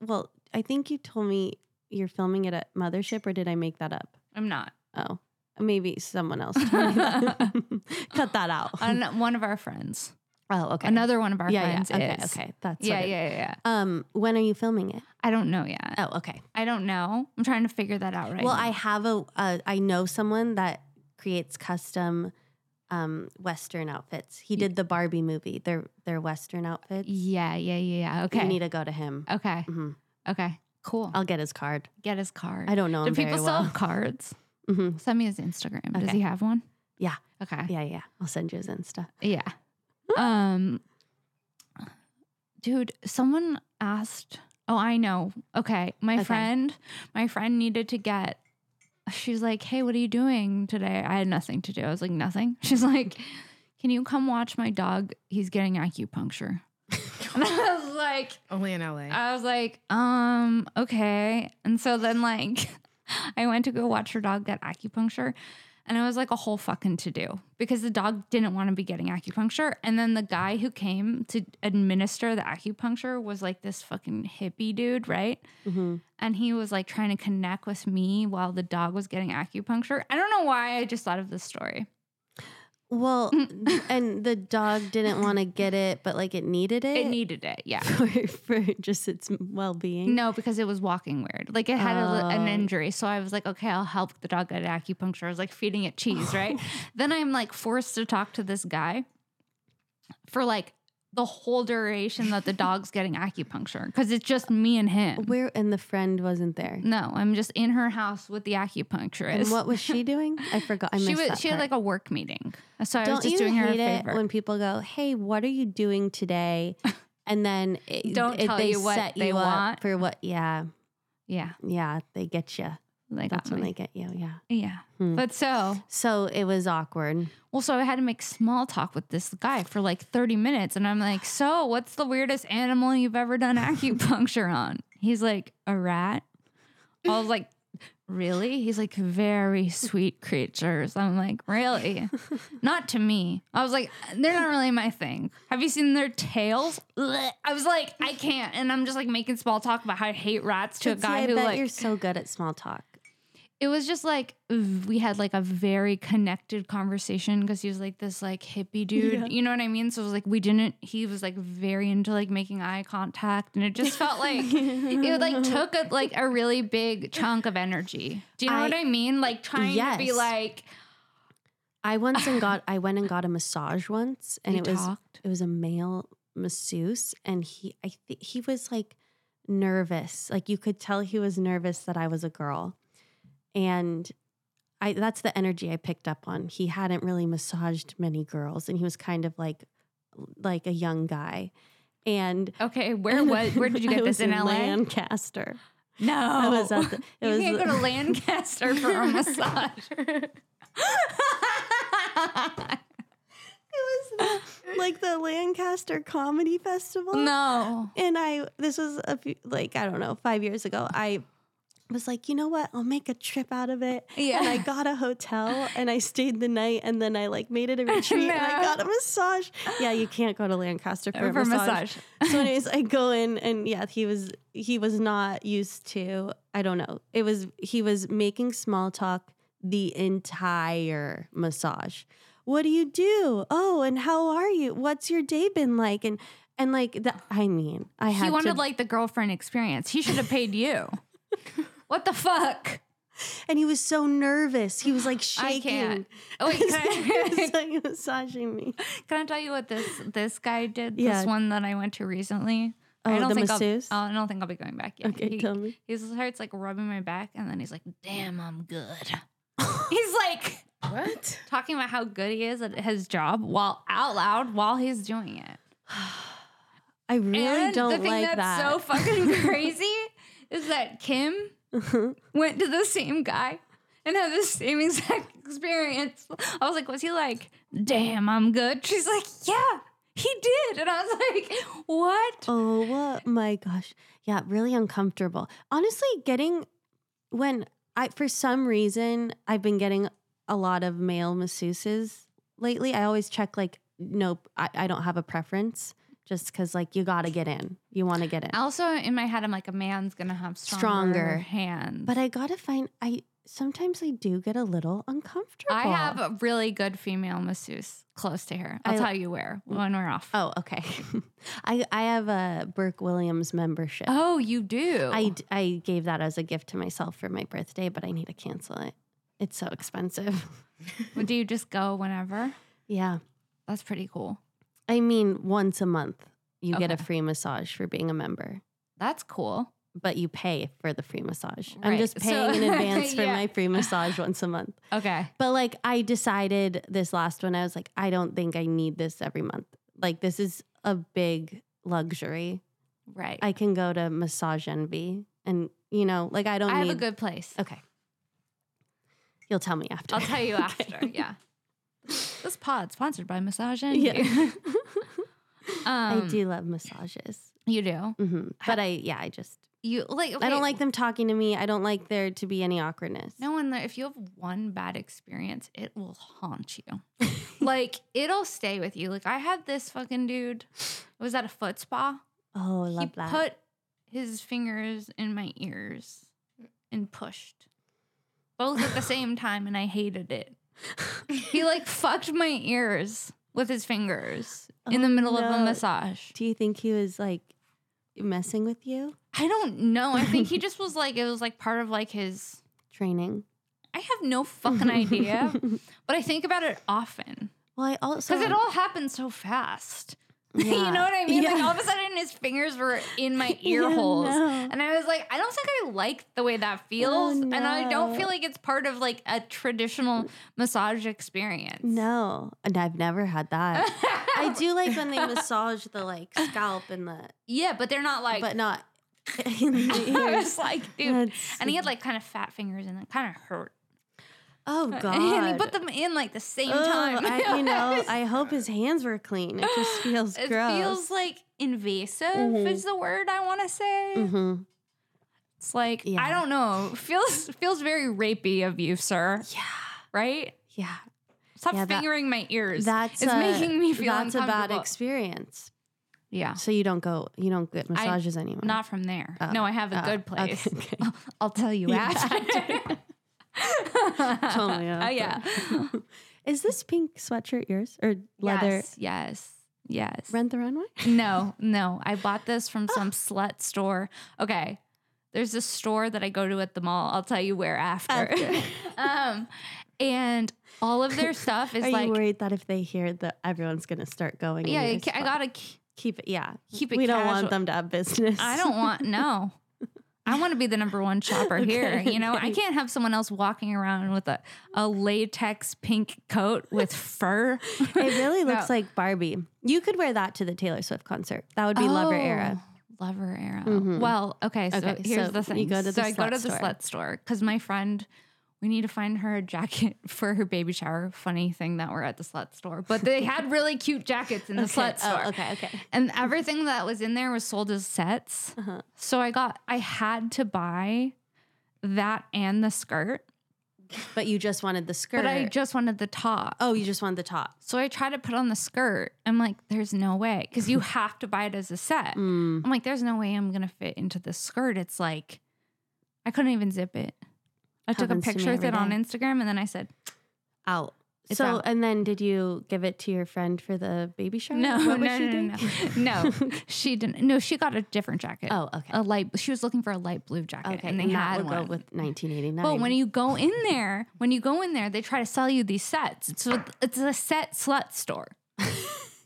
[SPEAKER 2] Well, I think you told me you're filming it at Mothership, or did I make that up?
[SPEAKER 1] I'm not.
[SPEAKER 2] Oh, maybe someone else. told me that. Cut that out.
[SPEAKER 1] An- one of our friends.
[SPEAKER 2] oh, okay.
[SPEAKER 1] Another one of our
[SPEAKER 2] yeah,
[SPEAKER 1] friends
[SPEAKER 2] yeah. Okay,
[SPEAKER 1] is.
[SPEAKER 2] okay. That's what
[SPEAKER 1] Yeah,
[SPEAKER 2] it-
[SPEAKER 1] yeah, yeah, yeah.
[SPEAKER 2] Um, when are you filming it?
[SPEAKER 1] I don't know yet.
[SPEAKER 2] Oh, okay.
[SPEAKER 1] I don't know. I'm trying to figure that out right
[SPEAKER 2] well,
[SPEAKER 1] now.
[SPEAKER 2] I have a. Uh, I know someone that creates custom um, Western outfits. He did the Barbie movie. Their their Western outfits.
[SPEAKER 1] Yeah, yeah, yeah. yeah.
[SPEAKER 2] You
[SPEAKER 1] Okay. Oh.
[SPEAKER 2] need to go to him.
[SPEAKER 1] okay.
[SPEAKER 2] Mhm.
[SPEAKER 1] Okay. Cool.
[SPEAKER 2] I'll get his card.
[SPEAKER 1] get his card.
[SPEAKER 2] I don't know
[SPEAKER 1] Do
[SPEAKER 2] him
[SPEAKER 1] people
[SPEAKER 2] very
[SPEAKER 1] sell
[SPEAKER 2] well.
[SPEAKER 1] cards?
[SPEAKER 2] hmm
[SPEAKER 1] Send me his Instagram. Does
[SPEAKER 2] Okay.
[SPEAKER 1] he have one?
[SPEAKER 2] Yeah.
[SPEAKER 1] Okay.
[SPEAKER 2] Yeah, yeah. I'll send you his Insta.
[SPEAKER 1] Yeah. Um dude, someone asked, "Oh, I know. Okay, my
[SPEAKER 2] Okay.
[SPEAKER 1] friend, my friend needed to get She's like, "Hey, what are you doing today?" I had nothing to do. I was like, "Nothing." She's like, "Can you come watch my dog? He's getting acupuncture." and I was like,
[SPEAKER 3] Only in LA.
[SPEAKER 1] I was like, um, okay. And so then like I went to go watch her dog get acupuncture. And it was like a whole fucking to do because the dog didn't want to be getting acupuncture. And then the guy who came to administer the acupuncture was like this fucking hippie dude, right?
[SPEAKER 2] hmm
[SPEAKER 1] And he was like trying to connect with me while the dog was getting acupuncture. I don't know why I just thought of this story.
[SPEAKER 2] Well, and the dog didn't want to get it, but like it needed it.
[SPEAKER 1] It needed it, yeah.
[SPEAKER 2] for, for just its well being.
[SPEAKER 1] No, because it was walking weird. Like it had a li- an
[SPEAKER 2] Oh.
[SPEAKER 1] injury. So I was like, okay, I'll help the dog get acupuncture. I was like feeding it cheese, right? then I'm like forced to talk to this guy for like the whole duration that the dog's getting acupuncture because it's just me and him.
[SPEAKER 2] Where and the friend wasn't there.
[SPEAKER 1] no, I'm just in her house with the acupuncturist.
[SPEAKER 2] And what was she doing? I forgot. I missed
[SPEAKER 1] she
[SPEAKER 2] that
[SPEAKER 1] was she had
[SPEAKER 2] part.
[SPEAKER 1] like a work meeting. So I
[SPEAKER 2] Don't
[SPEAKER 1] was just
[SPEAKER 2] you
[SPEAKER 1] doing her a
[SPEAKER 2] hate
[SPEAKER 1] favor.
[SPEAKER 2] it when people go, "Hey, what are you doing today?" And then it,
[SPEAKER 1] Don't
[SPEAKER 2] it-
[SPEAKER 1] tell
[SPEAKER 2] they
[SPEAKER 1] you what
[SPEAKER 2] set
[SPEAKER 1] they
[SPEAKER 2] you up
[SPEAKER 1] want.
[SPEAKER 2] for what? Yeah,
[SPEAKER 1] yeah.
[SPEAKER 2] yeah, they get you.
[SPEAKER 1] They got
[SPEAKER 2] That's when
[SPEAKER 1] me.
[SPEAKER 2] they get you. Yeah.
[SPEAKER 1] yeah.
[SPEAKER 2] Hmm.
[SPEAKER 1] But so
[SPEAKER 2] So it was awkward.
[SPEAKER 1] Well, so I had to make small talk with this guy for like 30 minutes. And I'm like, So, what's the weirdest animal you've ever done acupuncture on? He's like, A rat. I was like, Really? He's like, Very sweet creatures. I'm like, Really? Not to me. I was like, They're not really my thing. Have you seen their tails? Blech. I was like, I can't. And I'm just like making small talk about how I hate rats to a
[SPEAKER 2] But see,
[SPEAKER 1] guy
[SPEAKER 2] I
[SPEAKER 1] who,
[SPEAKER 2] bet
[SPEAKER 1] like,
[SPEAKER 2] you're so good at small talk.
[SPEAKER 1] it was just like v- we had like a very connected conversation because he was like this like hippie dude
[SPEAKER 2] Yeah.
[SPEAKER 1] you know what i mean so it was like we didn't he was like very into like making eye contact and it just felt like it like took a, like a really big chunk of energy do you know
[SPEAKER 2] I-
[SPEAKER 1] what i mean like trying to be
[SPEAKER 2] Yes.
[SPEAKER 1] like
[SPEAKER 2] I once and got I went and got a massage once, and
[SPEAKER 1] we
[SPEAKER 2] it was
[SPEAKER 1] talked
[SPEAKER 2] it was a male masseuse, and he I th- he was like nervous, like you could tell he was nervous that I was a girl, and I that's the energy I picked up on. He hadn't really massaged many girls, and he was kind of like like a young guy, and.
[SPEAKER 1] okay where was where did you
[SPEAKER 2] I
[SPEAKER 1] get
[SPEAKER 2] was
[SPEAKER 1] this in la
[SPEAKER 2] Lancaster.
[SPEAKER 1] no
[SPEAKER 2] I was at the, it
[SPEAKER 1] you
[SPEAKER 2] was
[SPEAKER 1] can't
[SPEAKER 2] the-
[SPEAKER 1] go to lancaster for a massage
[SPEAKER 2] It was the- like the Lancaster Comedy Festival.
[SPEAKER 1] no
[SPEAKER 2] And I, this was a few, like, I don't know, five years ago. I was like, you know what? I'll make a trip out of it.
[SPEAKER 1] Yeah.
[SPEAKER 2] And I got a hotel and I stayed the night and then I like made it a retreat and I
[SPEAKER 1] No.
[SPEAKER 2] got a massage. Yeah, you can't go to Lancaster for,
[SPEAKER 1] for
[SPEAKER 2] a massage.
[SPEAKER 1] massage.
[SPEAKER 2] so, anyways, I go in and yeah, he was, he was not used to, I don't know. It was, he was making small talk the entire massage. What do you do? Oh, and how are you? What's your day been like? And, and like the, I mean, I had
[SPEAKER 1] he
[SPEAKER 2] to-
[SPEAKER 1] wanted like the girlfriend experience. He should have paid you. what the fuck?
[SPEAKER 2] and he was so nervous. He was like
[SPEAKER 1] I
[SPEAKER 2] shaking.
[SPEAKER 1] can't. Oh, wait, can,
[SPEAKER 2] he was
[SPEAKER 1] I,
[SPEAKER 2] like massaging me.
[SPEAKER 1] can I tell you what this this guy did?
[SPEAKER 2] Yeah.
[SPEAKER 1] This one that I went to recently.
[SPEAKER 2] Oh,
[SPEAKER 1] I don't
[SPEAKER 2] the
[SPEAKER 1] think
[SPEAKER 2] masseuse?
[SPEAKER 1] I'll, I don't think I'll be going back. Yet.
[SPEAKER 2] Okay,
[SPEAKER 1] he,
[SPEAKER 2] tell me.
[SPEAKER 1] He starts like rubbing my back, and then he's like, "Damn, I'm good." he's like
[SPEAKER 3] what?
[SPEAKER 1] talking about how good he is at his job while out loud while he's doing it.
[SPEAKER 2] I really
[SPEAKER 1] and
[SPEAKER 2] don't
[SPEAKER 1] the thing
[SPEAKER 2] like
[SPEAKER 1] that's so
[SPEAKER 2] that.
[SPEAKER 1] fucking crazy is that Kim went to the same guy and had the same exact experience. I was like, was he like, damn, I'm good? She's like, yeah, he did. And I was like, what?
[SPEAKER 2] oh uh, my gosh. Yeah, really uncomfortable. Honestly, getting when I for some reason I've been getting a lot of male masseuses lately. I always check like nope, I, I don't have a preference just because like you gotta get in. You wanna get in.
[SPEAKER 1] Also, in my head, I'm like, a man's gonna have stronger,
[SPEAKER 2] Stronger.
[SPEAKER 1] hands.
[SPEAKER 2] But I gotta find I sometimes I do get a little uncomfortable.
[SPEAKER 1] I have a really good female masseuse close to her. I'll
[SPEAKER 2] I-
[SPEAKER 1] tell you where when we're off.
[SPEAKER 2] Oh, okay. I I have a Burke Williams membership.
[SPEAKER 1] Oh, you do.
[SPEAKER 2] I d- I gave that as a gift to myself for my birthday, but I need to cancel it. It's so expensive.
[SPEAKER 1] do you just go whenever?
[SPEAKER 2] Yeah.
[SPEAKER 1] That's pretty cool.
[SPEAKER 2] I mean, once a month, you get a
[SPEAKER 1] Okay.
[SPEAKER 2] free massage for being a member,
[SPEAKER 1] That's cool.
[SPEAKER 2] but you pay for the free massage. I'm
[SPEAKER 1] Right.
[SPEAKER 2] just
[SPEAKER 1] So-
[SPEAKER 2] paying in advance for
[SPEAKER 1] Yeah.
[SPEAKER 2] my free massage once a month.
[SPEAKER 1] Okay.
[SPEAKER 2] But like, I decided this last one, I was like, I don't think I need this every month. Like, this is a big luxury.
[SPEAKER 1] Right. I,
[SPEAKER 2] I can go to Massage Envy and, you know, like, I don't
[SPEAKER 1] have
[SPEAKER 2] need.
[SPEAKER 1] a good place.
[SPEAKER 2] okay. You'll tell me after.
[SPEAKER 1] I'll tell you
[SPEAKER 2] Okay.
[SPEAKER 1] after. Yeah. This pod sponsored by Massage Envy.
[SPEAKER 2] Yeah.
[SPEAKER 1] um,
[SPEAKER 2] I do love massages.
[SPEAKER 1] You do.
[SPEAKER 2] hmm But I, yeah, I just,
[SPEAKER 1] You like.
[SPEAKER 2] I
[SPEAKER 1] okay,
[SPEAKER 2] don't like them talking to me. I don't like there to be any awkwardness.
[SPEAKER 1] No one, if you have one bad experience, it will haunt you. like, it'll stay with you. Like, I had this fucking dude, it was at a foot spa.
[SPEAKER 2] Oh, I
[SPEAKER 1] he
[SPEAKER 2] love that.
[SPEAKER 1] put his fingers in my ears and pushed both at the same time, and I hated it. He like fucked my ears with his fingers in the
[SPEAKER 2] Oh,
[SPEAKER 1] middle of a
[SPEAKER 2] no.
[SPEAKER 1] massage.
[SPEAKER 2] Do you think he was like messing with you?
[SPEAKER 1] I don't know. I think he just was like, it was like part of like his.
[SPEAKER 2] Training.
[SPEAKER 1] I have no fucking idea, but I think about it often.
[SPEAKER 2] well, I also.
[SPEAKER 1] Because it all happened so fast.
[SPEAKER 2] Yeah.
[SPEAKER 1] you know what I mean? Like
[SPEAKER 2] Yeah.
[SPEAKER 1] all of a sudden his fingers were in my ear
[SPEAKER 2] Yeah,
[SPEAKER 1] holes.
[SPEAKER 2] no. Oh,
[SPEAKER 1] And I was like, I don't think I like the way that feels. And I don't
[SPEAKER 2] no.
[SPEAKER 1] feel like it's part of like a traditional massage experience.
[SPEAKER 2] No, and I've never had that. I do like when they massage the like scalp and the,
[SPEAKER 1] Yeah, but they're not like
[SPEAKER 2] but not in the
[SPEAKER 1] I
[SPEAKER 2] ears.
[SPEAKER 1] was like, dude.
[SPEAKER 2] That's-
[SPEAKER 1] and he had like kind of fat fingers and it kind of hurt.
[SPEAKER 2] oh god!
[SPEAKER 1] And he put them in like the same
[SPEAKER 2] Ugh,
[SPEAKER 1] time.
[SPEAKER 2] I, you know, I hope his hands were clean. It just feels
[SPEAKER 1] it
[SPEAKER 2] gross.
[SPEAKER 1] feels like invasive
[SPEAKER 2] Mhm.
[SPEAKER 1] is the word I want to say.
[SPEAKER 2] hmm
[SPEAKER 1] It's like I
[SPEAKER 2] Yeah.
[SPEAKER 1] don't know. Feels feels very rapey of you, sir.
[SPEAKER 2] Yeah,
[SPEAKER 1] Right?
[SPEAKER 2] yeah.
[SPEAKER 1] Stop
[SPEAKER 2] Yeah, that-
[SPEAKER 1] fingering my ears.
[SPEAKER 2] That's
[SPEAKER 1] it's
[SPEAKER 2] a-
[SPEAKER 1] making me feel
[SPEAKER 2] that's a bad
[SPEAKER 1] uncomfortable.
[SPEAKER 2] experience.
[SPEAKER 1] yeah,
[SPEAKER 2] So you don't go, you don't get massages anymore.
[SPEAKER 1] not from there.
[SPEAKER 2] Oh,
[SPEAKER 1] no, I have a
[SPEAKER 2] oh,
[SPEAKER 1] good place.
[SPEAKER 2] okay, okay.
[SPEAKER 1] I'll, I'll tell you
[SPEAKER 2] Yeah.
[SPEAKER 1] after.
[SPEAKER 2] Totally.
[SPEAKER 1] Oh, yeah.
[SPEAKER 2] Is this pink sweatshirt yours or leather?
[SPEAKER 1] Yes. Yes. Yes.
[SPEAKER 2] Rent the runway.
[SPEAKER 1] No, no. I bought this from some slut store. Okay. There's this store that I go to at the mall. I'll tell you where after.
[SPEAKER 2] After.
[SPEAKER 1] um, and all of their stuff is
[SPEAKER 2] Are
[SPEAKER 1] like,
[SPEAKER 2] you worried that if they hear that everyone's gonna start going? in
[SPEAKER 1] yeah,
[SPEAKER 2] your
[SPEAKER 1] I ca- I
[SPEAKER 2] spot?
[SPEAKER 1] gotta k-
[SPEAKER 2] keep it. Yeah,
[SPEAKER 1] keep it
[SPEAKER 2] We don't
[SPEAKER 1] casual.
[SPEAKER 2] want them to have business.
[SPEAKER 1] I don't want no. I want to be the number one shopper here.
[SPEAKER 2] Okay,
[SPEAKER 1] You know, I
[SPEAKER 2] okay.
[SPEAKER 1] can't have someone else walking around with a, a latex pink coat with fur.
[SPEAKER 2] It really
[SPEAKER 1] No.
[SPEAKER 2] looks like Barbie. You could wear that to the Taylor Swift concert. That would be Lover Era.
[SPEAKER 1] Oh, Lover era.
[SPEAKER 2] Mhm.
[SPEAKER 1] Well, okay. So
[SPEAKER 2] Okay,
[SPEAKER 1] here's
[SPEAKER 2] so
[SPEAKER 1] the thing.
[SPEAKER 2] you go to
[SPEAKER 1] so
[SPEAKER 2] the
[SPEAKER 1] I go
[SPEAKER 2] slut
[SPEAKER 1] to the
[SPEAKER 2] store.
[SPEAKER 1] slut store because my friend, we need to find her a jacket for her baby shower. Funny thing that we're at the slut store, but they had really cute jackets in the slut
[SPEAKER 2] oh,
[SPEAKER 1] store.
[SPEAKER 2] okay, okay.
[SPEAKER 1] And everything that was in there was sold as sets.
[SPEAKER 2] Uh-huh.
[SPEAKER 1] So I got, I had to buy that and the skirt,
[SPEAKER 2] But you just wanted the skirt.
[SPEAKER 1] but I just wanted the top.
[SPEAKER 2] oh, you just wanted the top.
[SPEAKER 1] So I tried to put on the skirt. I'm like, there's no way because you have to buy it as a set.
[SPEAKER 2] Mm.
[SPEAKER 1] I'm like, there's no way I'm gonna fit into this skirt. It's like I couldn't even zip it. I took a
[SPEAKER 2] Happens to me
[SPEAKER 1] picture with
[SPEAKER 2] every
[SPEAKER 1] it on
[SPEAKER 2] day.
[SPEAKER 1] Instagram and then I said,
[SPEAKER 2] Out.
[SPEAKER 1] It's
[SPEAKER 2] so,
[SPEAKER 1] out.
[SPEAKER 2] and then did you give it to your friend for the baby shower?
[SPEAKER 1] No,
[SPEAKER 2] what was
[SPEAKER 1] no,
[SPEAKER 2] she
[SPEAKER 1] no,
[SPEAKER 2] doing?
[SPEAKER 1] no, no. No. She didn't no, she got a different jacket.
[SPEAKER 2] Oh, okay.
[SPEAKER 1] A light she was looking for a light blue jacket.
[SPEAKER 2] Okay,
[SPEAKER 1] and they
[SPEAKER 2] and that
[SPEAKER 1] had
[SPEAKER 2] would
[SPEAKER 1] one.
[SPEAKER 2] go with 1989.
[SPEAKER 1] but when you go in there, when you go in there, they try to sell you these sets. It's a, it's a set slut store.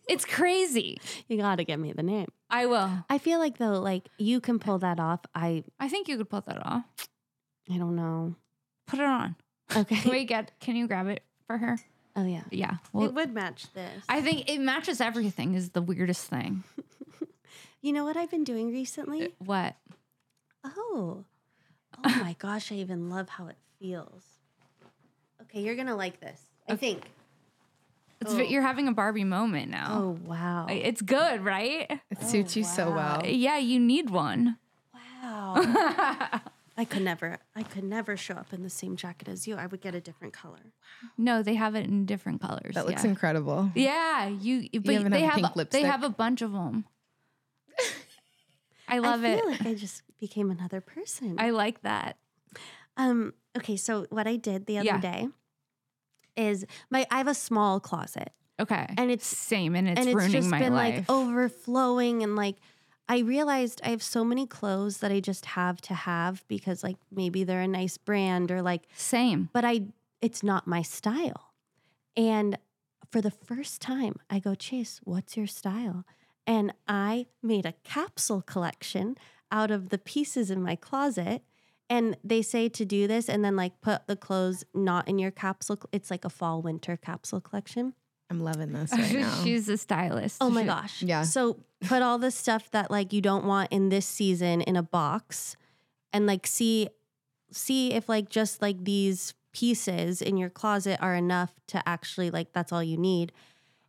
[SPEAKER 1] it's crazy.
[SPEAKER 2] you got to give me the name.
[SPEAKER 1] I will.
[SPEAKER 2] I feel like though, like you can pull that off. I
[SPEAKER 1] I think you could pull that off.
[SPEAKER 2] I don't know.
[SPEAKER 1] Put it on.
[SPEAKER 2] Okay.
[SPEAKER 1] Can we get can you grab it for her?
[SPEAKER 2] Oh yeah.
[SPEAKER 1] Yeah. Well,
[SPEAKER 2] would match this.
[SPEAKER 1] I think it matches everything is the weirdest thing.
[SPEAKER 2] you know what I've been doing recently?
[SPEAKER 1] What?
[SPEAKER 2] Oh. Oh my gosh, I even love how it feels. Okay, you're gonna like this. I think.
[SPEAKER 1] It's
[SPEAKER 2] Oh.
[SPEAKER 1] you're having a Barbie moment now.
[SPEAKER 2] Oh wow.
[SPEAKER 1] I- It's good, right?
[SPEAKER 3] It suits you so
[SPEAKER 2] wow.
[SPEAKER 3] well.
[SPEAKER 1] Yeah, you need one.
[SPEAKER 2] Wow. I could never I could never show up in the same jacket as you. I would get a different color.
[SPEAKER 1] No, they have it in different colors.
[SPEAKER 3] That looks
[SPEAKER 1] yeah.
[SPEAKER 3] incredible.
[SPEAKER 1] Yeah, you but
[SPEAKER 3] even
[SPEAKER 1] they
[SPEAKER 3] have a
[SPEAKER 1] have,
[SPEAKER 3] pink
[SPEAKER 1] they
[SPEAKER 3] lipstick.
[SPEAKER 1] have a bunch of them. I love
[SPEAKER 2] I
[SPEAKER 1] it.
[SPEAKER 2] feel like I just became another person.
[SPEAKER 1] I like that.
[SPEAKER 2] Um. Okay. So what I did the other
[SPEAKER 1] Yeah.
[SPEAKER 2] day is my I have a small closet
[SPEAKER 1] Okay.
[SPEAKER 2] and it's
[SPEAKER 1] same and it's
[SPEAKER 2] and it's
[SPEAKER 1] ruining
[SPEAKER 2] just
[SPEAKER 1] my
[SPEAKER 2] been
[SPEAKER 1] life.
[SPEAKER 2] like oh, overflowing and like I realized I have so many clothes that I just have to have because like maybe they're a nice brand or like
[SPEAKER 1] same.
[SPEAKER 2] but I it's not my style and for the first time, I go, Chase, what's your style? And I made a capsule collection out of the pieces in my closet. And they say to do this and then like put the clothes not in your capsule. It's like a fall winter capsule collection.
[SPEAKER 3] I'm loving this right now.
[SPEAKER 1] She's a stylist.
[SPEAKER 2] Oh my
[SPEAKER 1] She-
[SPEAKER 2] gosh.
[SPEAKER 3] yeah.
[SPEAKER 2] So put all the stuff that like you don't want in this season in a box and like see see if like just like these pieces in your closet are enough to actually like that's all you need.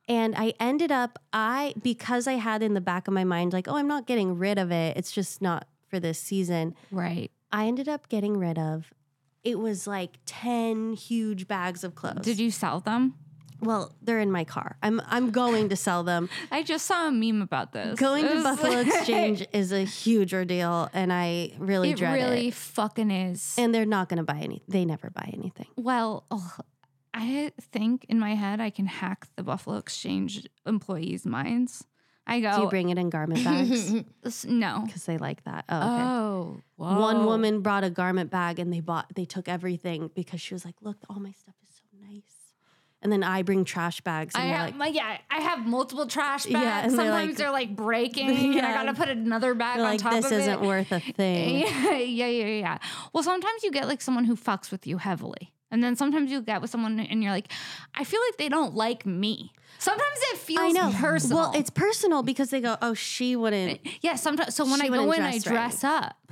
[SPEAKER 2] And I ended up I because I had in the back of my mind like oh I'm not getting rid of it. It's just not for this season.
[SPEAKER 1] Right.
[SPEAKER 2] I ended up getting rid of it was like 10 huge bags of clothes.
[SPEAKER 1] Did you sell them?
[SPEAKER 2] Well, they're in my car. I'm I'm going to sell them.
[SPEAKER 1] I just saw a meme about this.
[SPEAKER 2] Going
[SPEAKER 1] It
[SPEAKER 2] to
[SPEAKER 1] was
[SPEAKER 2] Buffalo
[SPEAKER 1] like-
[SPEAKER 2] Exchange is a huge ordeal, and I really
[SPEAKER 1] It
[SPEAKER 2] dread
[SPEAKER 1] really
[SPEAKER 2] it.
[SPEAKER 1] fucking is.
[SPEAKER 2] And they're not going to buy any. They never buy anything.
[SPEAKER 1] well, ugh, I think in my head I can hack the Buffalo Exchange employees' minds. I go,
[SPEAKER 2] Do you bring it in garment bags?
[SPEAKER 1] "S- no.
[SPEAKER 2] Because they like that. Oh, okay.
[SPEAKER 1] Oh,
[SPEAKER 2] One
[SPEAKER 1] whoa.
[SPEAKER 2] woman brought a garment bag, and they bought. They took everything because she was like, "Look, all my stuff is so nice." And then I bring trash bags, and
[SPEAKER 1] I
[SPEAKER 2] they're
[SPEAKER 1] have,
[SPEAKER 2] like,
[SPEAKER 1] my, yeah, I have multiple trash bags.
[SPEAKER 2] Yeah, and they're
[SPEAKER 1] Sometimes
[SPEAKER 2] like-
[SPEAKER 1] they're like breaking, and I
[SPEAKER 2] Yeah.
[SPEAKER 1] gotta put another bag
[SPEAKER 2] they're
[SPEAKER 1] on
[SPEAKER 2] like,
[SPEAKER 1] top
[SPEAKER 2] "This
[SPEAKER 1] of it.
[SPEAKER 2] isn't worth a thing."
[SPEAKER 1] yeah, yeah, yeah, yeah. Well, sometimes you get like someone who fucks with you heavily. And then sometimes you get with someone and you're like, I feel like they don't like me. Sometimes it feels
[SPEAKER 2] I know.
[SPEAKER 1] personal.
[SPEAKER 2] Well, it's personal because they go, "Oh, she wouldn't."
[SPEAKER 1] yeah, sometimes so when
[SPEAKER 2] She
[SPEAKER 1] I go
[SPEAKER 2] wouldn't
[SPEAKER 1] in, I
[SPEAKER 2] dress right.
[SPEAKER 1] dress up.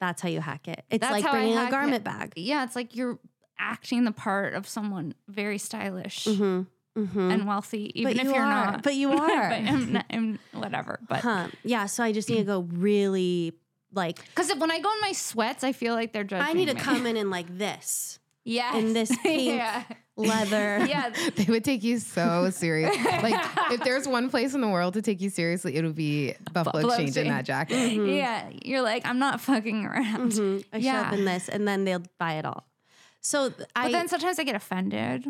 [SPEAKER 2] That's how you hack it. It's
[SPEAKER 1] That's
[SPEAKER 2] like
[SPEAKER 1] how I
[SPEAKER 2] bringing
[SPEAKER 1] hack
[SPEAKER 2] a
[SPEAKER 1] it.
[SPEAKER 2] garment bag.
[SPEAKER 1] Yeah, it's like you're acting the part of someone very stylish
[SPEAKER 2] Mm-hmm. Mm-hmm.
[SPEAKER 1] and wealthy, even if
[SPEAKER 2] you
[SPEAKER 1] are
[SPEAKER 2] are.
[SPEAKER 1] not.
[SPEAKER 2] But you
[SPEAKER 1] But
[SPEAKER 2] are.
[SPEAKER 1] I'm not, I'm whatever. But
[SPEAKER 2] huh. Yeah. So I just need to go really like
[SPEAKER 1] because when I go in my sweats, I feel like they're judging.
[SPEAKER 2] I need to
[SPEAKER 1] me.
[SPEAKER 2] come in and like this
[SPEAKER 1] yes.
[SPEAKER 2] in this pink
[SPEAKER 1] yeah.
[SPEAKER 2] leather.
[SPEAKER 1] Yeah.
[SPEAKER 3] they would take you so serious. Like if there's one place in the world to take you seriously, it would be Buffalo,
[SPEAKER 1] Buffalo
[SPEAKER 3] Exchange in that
[SPEAKER 1] Exchange.
[SPEAKER 3] jacket.
[SPEAKER 2] Mm-hmm.
[SPEAKER 1] Yeah. You're like, I'm not fucking around.
[SPEAKER 2] Mhm. I show
[SPEAKER 1] Yeah.
[SPEAKER 2] up in this, and then they'll buy it all. So th- I
[SPEAKER 1] But then sometimes I get offended.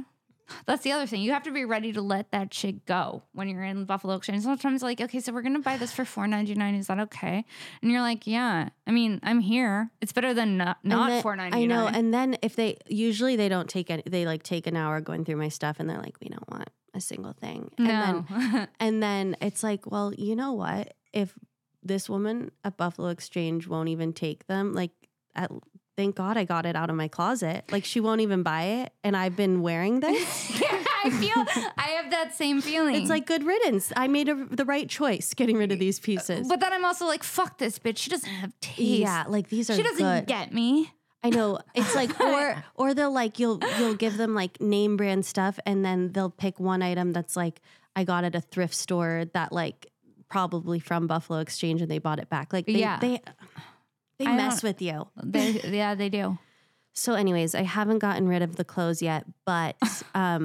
[SPEAKER 1] That's the other thing. You have to be ready to let that shit go when you're in Buffalo Exchange. Sometimes like, okay, so we're gonna buy this for four ninety nine. Is that okay? And you're like, yeah. I mean, I'm here. It's better than not
[SPEAKER 2] and
[SPEAKER 1] not
[SPEAKER 2] then-
[SPEAKER 1] four
[SPEAKER 2] I
[SPEAKER 1] ninety
[SPEAKER 2] know.
[SPEAKER 1] nine.
[SPEAKER 2] And then if they usually they don't take any, they like take an hour going through my stuff, and they're like, we don't want a single thing. And then
[SPEAKER 1] No.
[SPEAKER 2] And then it's like, well, you know what? If this woman at Buffalo Exchange won't even take them, like, at, thank God I got it out of my closet. Like, she won't even buy it. And I've been wearing this.
[SPEAKER 1] yeah, I feel I have that same feeling.
[SPEAKER 2] it's like, good riddance. I made a, the right choice getting rid of these pieces.
[SPEAKER 1] but then I'm also like, fuck this bitch. She doesn't have taste.
[SPEAKER 2] yeah, like these are
[SPEAKER 1] She doesn't
[SPEAKER 2] good.
[SPEAKER 1] get me.
[SPEAKER 2] I know. It's like or or they'll like you'll you'll give them like name brand stuff and then they'll pick one item that's like I got at a thrift store that like probably from Buffalo Exchange and they bought it back. Like they
[SPEAKER 1] Yeah.
[SPEAKER 2] they they
[SPEAKER 1] I
[SPEAKER 2] mess with you.
[SPEAKER 1] They, yeah, they do.
[SPEAKER 2] So anyways, I haven't gotten rid of the clothes yet, but um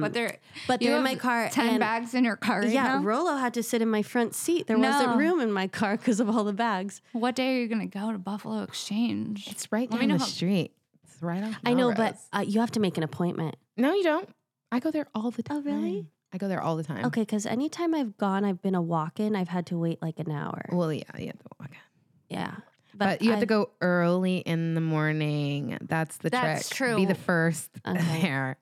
[SPEAKER 1] But they're
[SPEAKER 2] but
[SPEAKER 1] you
[SPEAKER 2] they're in
[SPEAKER 1] have
[SPEAKER 2] my car
[SPEAKER 1] Ten
[SPEAKER 2] Mm. and
[SPEAKER 1] bags in your car right
[SPEAKER 2] yeah,
[SPEAKER 1] now.
[SPEAKER 2] Rolo had to sit in my front seat. There wasn't
[SPEAKER 1] No.
[SPEAKER 2] room in my car because of all the bags.
[SPEAKER 1] What day are you gonna go to Buffalo Exchange?
[SPEAKER 3] It's right
[SPEAKER 1] Let
[SPEAKER 3] down
[SPEAKER 1] me know
[SPEAKER 3] the
[SPEAKER 1] how-
[SPEAKER 3] street. It's right off.
[SPEAKER 2] I know,
[SPEAKER 3] Melrose.
[SPEAKER 2] but uh, you have to make an appointment.
[SPEAKER 3] no, you don't. I go there all the time.
[SPEAKER 2] Oh, really?
[SPEAKER 3] I go there all the time.
[SPEAKER 2] Okay, because anytime I've gone, I've been a walk in, I've had to wait like an hour.
[SPEAKER 3] Well, yeah, you have to walk.
[SPEAKER 2] Yeah.
[SPEAKER 3] But, you have
[SPEAKER 2] I-
[SPEAKER 3] to go early in the morning. That's the
[SPEAKER 1] That's
[SPEAKER 3] trick.
[SPEAKER 1] true.
[SPEAKER 3] Be the first
[SPEAKER 2] Okay.
[SPEAKER 3] there.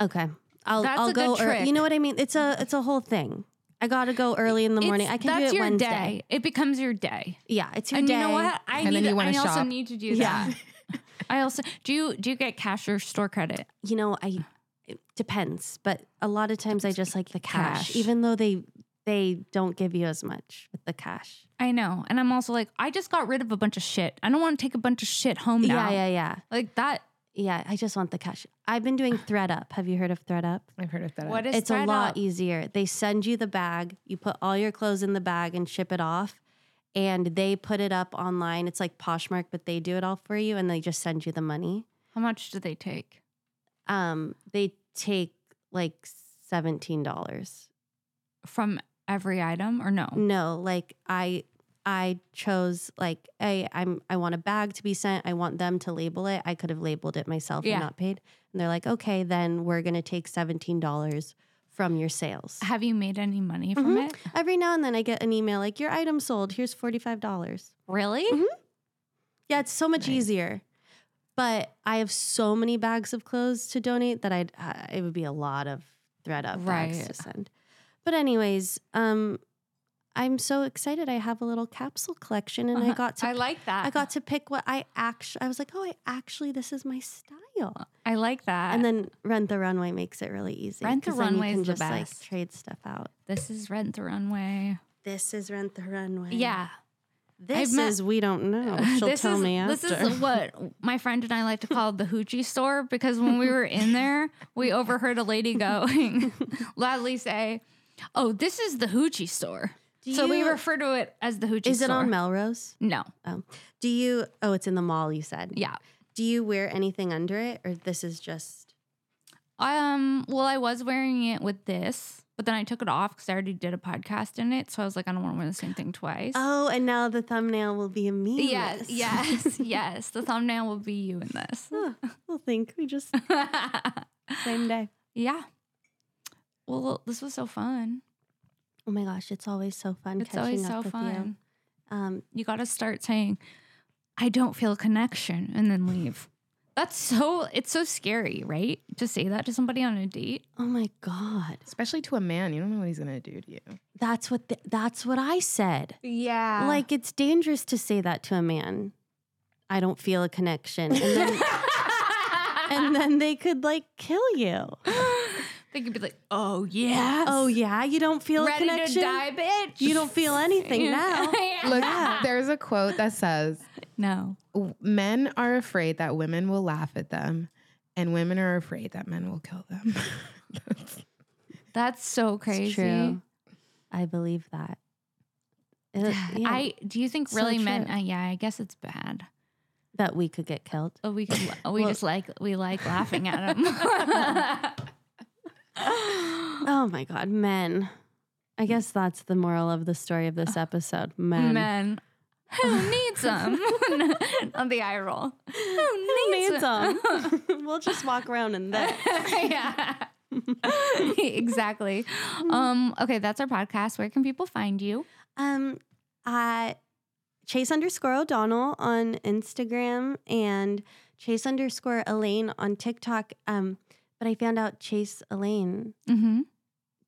[SPEAKER 2] Okay. I'll
[SPEAKER 1] That's
[SPEAKER 2] I'll
[SPEAKER 1] a
[SPEAKER 2] go
[SPEAKER 1] good
[SPEAKER 2] ear- You
[SPEAKER 1] trick.
[SPEAKER 2] know what I mean? It's a it's a whole thing. I gotta go early in the morning.
[SPEAKER 1] It's-
[SPEAKER 2] I can do
[SPEAKER 1] that's
[SPEAKER 2] it
[SPEAKER 1] your
[SPEAKER 2] Wednesday.
[SPEAKER 1] day. It becomes your day.
[SPEAKER 2] Yeah, it's your
[SPEAKER 1] and
[SPEAKER 2] day.
[SPEAKER 1] you know what? I
[SPEAKER 3] And then
[SPEAKER 1] need.
[SPEAKER 3] you
[SPEAKER 1] I
[SPEAKER 3] wanna
[SPEAKER 1] also
[SPEAKER 3] shop.
[SPEAKER 1] need to do
[SPEAKER 2] Yeah.
[SPEAKER 1] that. I also do. You do you get cash or store credit?
[SPEAKER 2] You know, I it depends, but a lot of times I just like the cash,
[SPEAKER 1] Cash.
[SPEAKER 2] even though they they don't give you as much with the cash.
[SPEAKER 1] I know, and I'm also like, I just got rid of a bunch of shit. I don't want to take a bunch of shit home now.
[SPEAKER 2] Yeah, yeah, yeah.
[SPEAKER 1] Like that.
[SPEAKER 2] Yeah, I just want the cash. I've been doing Thread Up. Have you heard of Thread Up?
[SPEAKER 3] I've heard of that.
[SPEAKER 1] What is
[SPEAKER 2] It's a
[SPEAKER 1] that
[SPEAKER 2] lot e-
[SPEAKER 1] up?
[SPEAKER 2] easier. They send you the bag, you put all your clothes in the bag and ship it off. And they put it up online. It's like Poshmark, but they do it all for you and they just send you the money.
[SPEAKER 1] How much do they take?
[SPEAKER 2] Um, they take like seventeen dollars.
[SPEAKER 1] From every item or no?
[SPEAKER 2] No, like I I chose like I I'm I want a bag to be sent. I want them to label it. I could have labeled it myself
[SPEAKER 1] Yeah.
[SPEAKER 2] and not paid. And they're like, okay, then we're gonna take seventeen dollars from your sales.
[SPEAKER 1] Have you made any money from
[SPEAKER 2] Mhm.
[SPEAKER 1] it?
[SPEAKER 2] Every now and then I get an email like your item sold. Here's $45.
[SPEAKER 1] Really?
[SPEAKER 2] Mm-hmm. Yeah, it's so much
[SPEAKER 3] Nice.
[SPEAKER 2] easier. But I have so many bags of clothes to donate that I'd uh, it would be a lot of thread up bags
[SPEAKER 1] Right.
[SPEAKER 2] to send. But anyways, um, I'm so excited. I have a little capsule collection, and I
[SPEAKER 1] Uh-huh.
[SPEAKER 2] got to
[SPEAKER 1] I like that.
[SPEAKER 2] I got to pick what I actually. I was like, oh, I actually this is my style.
[SPEAKER 1] I like that.
[SPEAKER 2] And then Rent the Runway makes it really easy.
[SPEAKER 1] Rent the
[SPEAKER 2] 'cause then you
[SPEAKER 1] Runway
[SPEAKER 2] can
[SPEAKER 1] is the
[SPEAKER 2] just like
[SPEAKER 1] best.
[SPEAKER 2] trade stuff out.
[SPEAKER 1] this is Rent the Runway.
[SPEAKER 2] This is Rent the Runway.
[SPEAKER 1] Yeah.
[SPEAKER 2] This
[SPEAKER 1] I've met-
[SPEAKER 2] is we don't know. She'll
[SPEAKER 1] this
[SPEAKER 2] tell
[SPEAKER 1] is,
[SPEAKER 2] me after.
[SPEAKER 1] This is what my friend and I like to call the hoochie store because when we were in there, we overheard a lady going loudly say, Oh, this is the hoochie store.
[SPEAKER 2] Do
[SPEAKER 1] so we
[SPEAKER 2] you-
[SPEAKER 1] refer to it as the hoochie
[SPEAKER 2] Is
[SPEAKER 1] store.
[SPEAKER 2] it on Melrose?
[SPEAKER 1] No.
[SPEAKER 2] Do you? Oh, it's in the mall. You said.
[SPEAKER 1] Yeah.
[SPEAKER 2] Do you wear anything under it, or this is just?
[SPEAKER 1] Um, well, I was wearing it with this, but then I took it off because I already did a podcast in it. So I was like, I don't want to wear the same thing twice.
[SPEAKER 2] Oh, and now the thumbnail will be a meme.
[SPEAKER 1] Yes, yes, yes. The thumbnail will be you in this.
[SPEAKER 2] oh, we'll think we just same day.
[SPEAKER 1] yeah. Well, this was so fun.
[SPEAKER 2] Oh my gosh, it's always so fun.
[SPEAKER 1] It's
[SPEAKER 2] catching
[SPEAKER 1] always
[SPEAKER 2] up
[SPEAKER 1] so
[SPEAKER 2] with
[SPEAKER 1] fun.
[SPEAKER 2] You. Um,
[SPEAKER 1] You, got to start saying, I don't feel a connection and then leave. That's so, it's so scary, right? To say that to somebody on a date.
[SPEAKER 2] oh my god,
[SPEAKER 3] Especially to a man, you don't know what he's gonna do to you.
[SPEAKER 2] that's what th- that's what I said.
[SPEAKER 1] Yeah. Like,
[SPEAKER 2] Like it's dangerous to say that to a man. I don't feel a connection, and then, and then they could like kill you.
[SPEAKER 1] they could be like, oh, yeah.
[SPEAKER 2] Oh yeah, you don't feel
[SPEAKER 1] Ready
[SPEAKER 2] a connection.
[SPEAKER 1] to die, bitch.
[SPEAKER 2] You don't feel anything now.
[SPEAKER 1] Yeah.
[SPEAKER 3] Look, there's a quote that says,
[SPEAKER 1] no.
[SPEAKER 3] "W- "Men are afraid that women will laugh at them, and women are afraid that men will kill them." That's-
[SPEAKER 1] That's so crazy.
[SPEAKER 2] It's true. I believe that. Uh, yeah,
[SPEAKER 1] I do you think
[SPEAKER 2] So
[SPEAKER 1] really meant?
[SPEAKER 2] true.
[SPEAKER 1] Uh, yeah, I guess it's bad.
[SPEAKER 2] that we could get killed.
[SPEAKER 1] Oh, we can, we
[SPEAKER 2] Well-
[SPEAKER 1] just like we like laughing at him.
[SPEAKER 2] Oh my god, men. I guess that's the moral of the story of this episode. Men.
[SPEAKER 1] Men, who needs them? On the eye roll, who needs,
[SPEAKER 2] Needs
[SPEAKER 1] 'em?
[SPEAKER 2] 'em. we'll just walk around in that.
[SPEAKER 1] yeah, exactly. Um, okay, that's our podcast. Where can people find you?
[SPEAKER 2] Um, I Chase underscore O'Donnell on Instagram and Chase underscore Elaine on TikTok. Um, but I found out Chase Elaine.
[SPEAKER 1] Mm-hmm.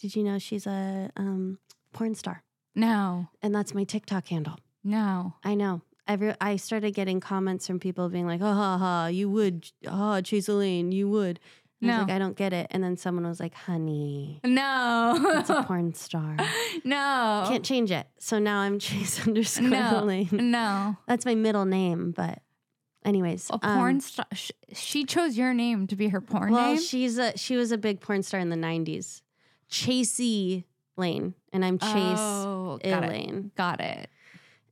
[SPEAKER 2] Did you know she's a um, porn star?
[SPEAKER 1] No,
[SPEAKER 2] And that's my TikTok handle.
[SPEAKER 1] no.
[SPEAKER 2] I know. Every I started getting comments from people being like, "Oh, ha, ha, you would, ah, Chase Elaine, you would." And I was
[SPEAKER 1] No.
[SPEAKER 2] like, I don't get it. And then someone was like, "Honey, it's a
[SPEAKER 1] No.
[SPEAKER 2] porn star.
[SPEAKER 1] no.
[SPEAKER 2] Can't change it." So now I'm Chase underscore
[SPEAKER 1] Oh. No.
[SPEAKER 2] Elaine.
[SPEAKER 1] no.
[SPEAKER 2] That's my middle name, but anyways,
[SPEAKER 1] A
[SPEAKER 2] um,
[SPEAKER 1] porn star. Sh- she chose your name to be her porn
[SPEAKER 2] well,
[SPEAKER 1] name.
[SPEAKER 2] she's a she was a big porn star in the '90s, Chasey Lane, and I'm Chase
[SPEAKER 1] Oh, got it.
[SPEAKER 2] Elaine.
[SPEAKER 1] Got it.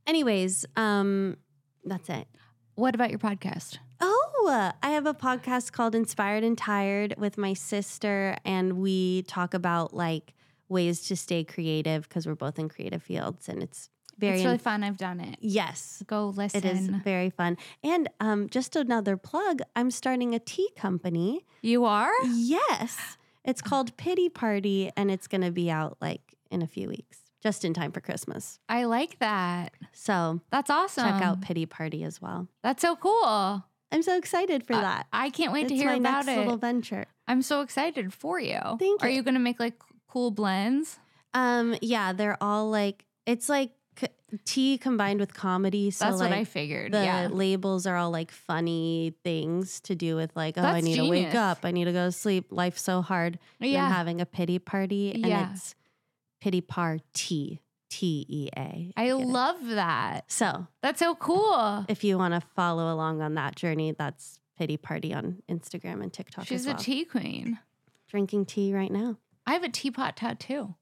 [SPEAKER 2] Anyways, um, that's it.
[SPEAKER 1] What about your podcast?
[SPEAKER 2] Oh, uh, I have a podcast called Inspired and Tired with my sister, and we talk about like ways to stay creative because we're both in creative fields, and it's very
[SPEAKER 1] it's really fun. I've done it.
[SPEAKER 2] yes,
[SPEAKER 1] Go listen.
[SPEAKER 2] it is very fun. And um, just another plug: I'm starting a tea company.
[SPEAKER 1] You are?
[SPEAKER 2] yes, it's called Pity Party, and it's going to be out like in a few weeks, just in time for Christmas.
[SPEAKER 1] I like that.
[SPEAKER 2] So
[SPEAKER 1] That's awesome.
[SPEAKER 2] check out Pity Party as well.
[SPEAKER 1] That's so cool.
[SPEAKER 2] I'm so excited for
[SPEAKER 1] Uh,
[SPEAKER 2] that.
[SPEAKER 1] I can't wait
[SPEAKER 2] it's
[SPEAKER 1] to hear
[SPEAKER 2] my
[SPEAKER 1] about
[SPEAKER 2] next little
[SPEAKER 1] it.
[SPEAKER 2] venture.
[SPEAKER 1] I'm so excited for you.
[SPEAKER 2] Thank
[SPEAKER 1] Are
[SPEAKER 2] you.
[SPEAKER 1] you going to make like c- cool blends?
[SPEAKER 2] Um, yeah, they're all like it's like c- tea combined with comedy. So
[SPEAKER 1] That's
[SPEAKER 2] like
[SPEAKER 1] what I figured.
[SPEAKER 2] the
[SPEAKER 1] yeah.
[SPEAKER 2] labels are all like funny things to do with like, oh, I
[SPEAKER 1] That's
[SPEAKER 2] need to wake
[SPEAKER 1] genius.
[SPEAKER 2] up, I need to go to sleep. Life's so hard. And I'm
[SPEAKER 1] Yeah.
[SPEAKER 2] having a pity party, and
[SPEAKER 1] Yeah.
[SPEAKER 2] it's pity party, T E A.
[SPEAKER 1] I love that.
[SPEAKER 2] So
[SPEAKER 1] That's so cool.
[SPEAKER 2] if you want to follow along on that journey, that's pity party on Instagram and TikTok.
[SPEAKER 1] She's
[SPEAKER 2] as well.
[SPEAKER 1] a tea queen.
[SPEAKER 2] drinking tea right now.
[SPEAKER 1] I have a teapot tattoo.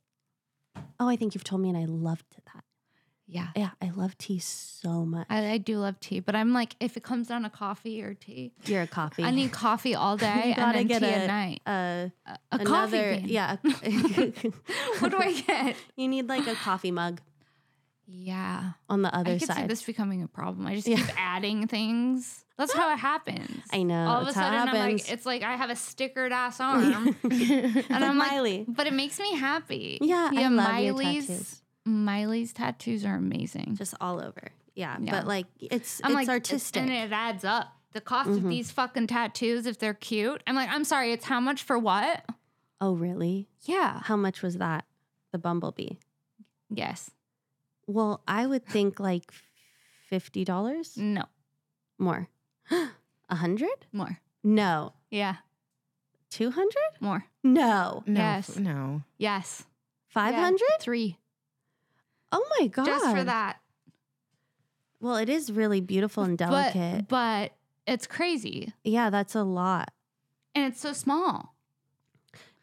[SPEAKER 2] Oh, I think you've told me, and I loved that.
[SPEAKER 1] Yeah.
[SPEAKER 2] Yeah, I love tea so much.
[SPEAKER 1] I, I do love tea, but I'm like, if it comes down to coffee or tea,
[SPEAKER 2] You're a coffee.
[SPEAKER 1] I need coffee Uh, all day and
[SPEAKER 2] gotta
[SPEAKER 1] then
[SPEAKER 2] get
[SPEAKER 1] tea at
[SPEAKER 2] a-
[SPEAKER 1] night.
[SPEAKER 2] a
[SPEAKER 1] A, a coffee.
[SPEAKER 2] another
[SPEAKER 1] bean.
[SPEAKER 2] yeah.
[SPEAKER 1] what do I get?
[SPEAKER 2] You need like a coffee mug
[SPEAKER 1] Yeah.
[SPEAKER 2] on the other
[SPEAKER 1] I could see
[SPEAKER 2] side.
[SPEAKER 1] this becoming a problem. I just
[SPEAKER 2] Yeah.
[SPEAKER 1] keep adding things. That's how it happens.
[SPEAKER 2] I know,
[SPEAKER 1] All of a
[SPEAKER 2] that's how it
[SPEAKER 1] sudden, I'm
[SPEAKER 2] happens.
[SPEAKER 1] like, it's like I have a stickered ass arm, and I'm like,
[SPEAKER 2] Miley.
[SPEAKER 1] but it makes me happy.
[SPEAKER 2] Yeah, I love your
[SPEAKER 1] Miley's
[SPEAKER 2] tattoos.
[SPEAKER 1] Miley's tattoos are amazing.
[SPEAKER 2] Just all over. Yeah,
[SPEAKER 1] Yeah.
[SPEAKER 2] but like it's
[SPEAKER 1] I'm
[SPEAKER 2] it's
[SPEAKER 1] like, it's-
[SPEAKER 2] artistic. Mm-hmm.
[SPEAKER 1] and it adds up. The cost of these fucking tattoos, if they're cute, I'm like, I'm sorry, it's how much for what?
[SPEAKER 2] Oh, really?
[SPEAKER 1] Yeah.
[SPEAKER 2] How much was that? The bumblebee.
[SPEAKER 1] Yes.
[SPEAKER 2] Well, I would think like fifty dollars
[SPEAKER 1] No.
[SPEAKER 2] more. A hundred?
[SPEAKER 1] More.
[SPEAKER 2] No.
[SPEAKER 1] Yeah.
[SPEAKER 2] Two hundred?
[SPEAKER 1] More.
[SPEAKER 2] No.
[SPEAKER 3] No,
[SPEAKER 1] Yes.
[SPEAKER 3] f- no.
[SPEAKER 1] Yes.
[SPEAKER 2] Five
[SPEAKER 1] Yeah.
[SPEAKER 2] hundred?
[SPEAKER 1] Three.
[SPEAKER 2] Oh my god.
[SPEAKER 1] Just for that.
[SPEAKER 2] Well, it is really beautiful and
[SPEAKER 1] But-
[SPEAKER 2] delicate.
[SPEAKER 1] But, it's crazy.
[SPEAKER 2] yeah, that's a lot.
[SPEAKER 1] And it's so small.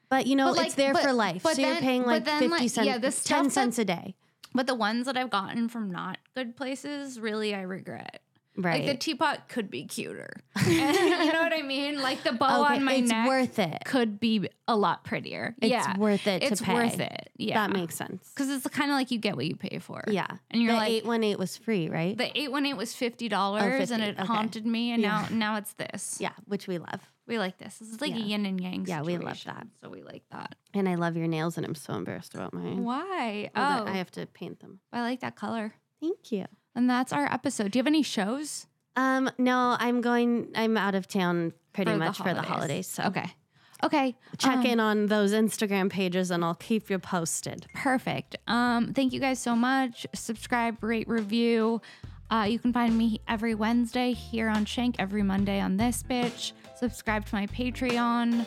[SPEAKER 2] But you know,
[SPEAKER 1] But, like,
[SPEAKER 2] it's there
[SPEAKER 1] but-
[SPEAKER 2] for life.
[SPEAKER 1] but
[SPEAKER 2] so
[SPEAKER 1] then-
[SPEAKER 2] you're paying
[SPEAKER 1] but
[SPEAKER 2] like
[SPEAKER 1] then,
[SPEAKER 2] fifty
[SPEAKER 1] like,
[SPEAKER 2] cents
[SPEAKER 1] yeah, the stuff
[SPEAKER 2] ten
[SPEAKER 1] that-
[SPEAKER 2] cents a day.
[SPEAKER 1] But the ones that I've gotten from not good places, really, I regret.
[SPEAKER 2] Right.
[SPEAKER 1] Like the teapot could be cuter. you know what I mean? Like the bow
[SPEAKER 2] okay,
[SPEAKER 1] on my
[SPEAKER 2] it's
[SPEAKER 1] neck
[SPEAKER 2] worth it.
[SPEAKER 1] could be a lot prettier.
[SPEAKER 2] It's
[SPEAKER 1] yeah.
[SPEAKER 2] worth it
[SPEAKER 1] it's
[SPEAKER 2] to pay.
[SPEAKER 1] worth it. Yeah.
[SPEAKER 2] That makes sense.
[SPEAKER 1] Because it's kind of like you get what you pay for.
[SPEAKER 2] Yeah.
[SPEAKER 1] And you're
[SPEAKER 2] the
[SPEAKER 1] like,
[SPEAKER 2] eight one eight was free, right?
[SPEAKER 1] the 818 was $50 and
[SPEAKER 2] 50,
[SPEAKER 1] it
[SPEAKER 2] okay.
[SPEAKER 1] haunted me. And
[SPEAKER 2] Yeah.
[SPEAKER 1] now now it's this.
[SPEAKER 2] yeah, which we love.
[SPEAKER 1] We like this. This is like a
[SPEAKER 2] Yeah.
[SPEAKER 1] yin and yang
[SPEAKER 2] Yeah, we love
[SPEAKER 1] situation, So we like that.
[SPEAKER 2] And I love your nails, and I'm so embarrassed about mine.
[SPEAKER 1] Why? Oh,
[SPEAKER 2] Mm. Well, then I have to paint them.
[SPEAKER 1] I like that color.
[SPEAKER 2] Thank you.
[SPEAKER 1] And that's our episode. Do you have any shows?
[SPEAKER 2] Um, no, I'm going. I'm out of town pretty
[SPEAKER 1] For the
[SPEAKER 2] much for the
[SPEAKER 1] holidays.
[SPEAKER 2] holidays. So
[SPEAKER 1] Okay. Okay.
[SPEAKER 2] check
[SPEAKER 1] um,
[SPEAKER 2] in on those Instagram pages, and I'll keep you posted.
[SPEAKER 1] Perfect. Um, thank you guys so much. Subscribe, rate, review. Uh, you can find me every Wednesday here on Shank, every Monday on this bitch. Subscribe to my Patreon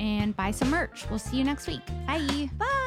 [SPEAKER 1] and buy some merch. We'll see you next week. Bye.
[SPEAKER 2] Bye.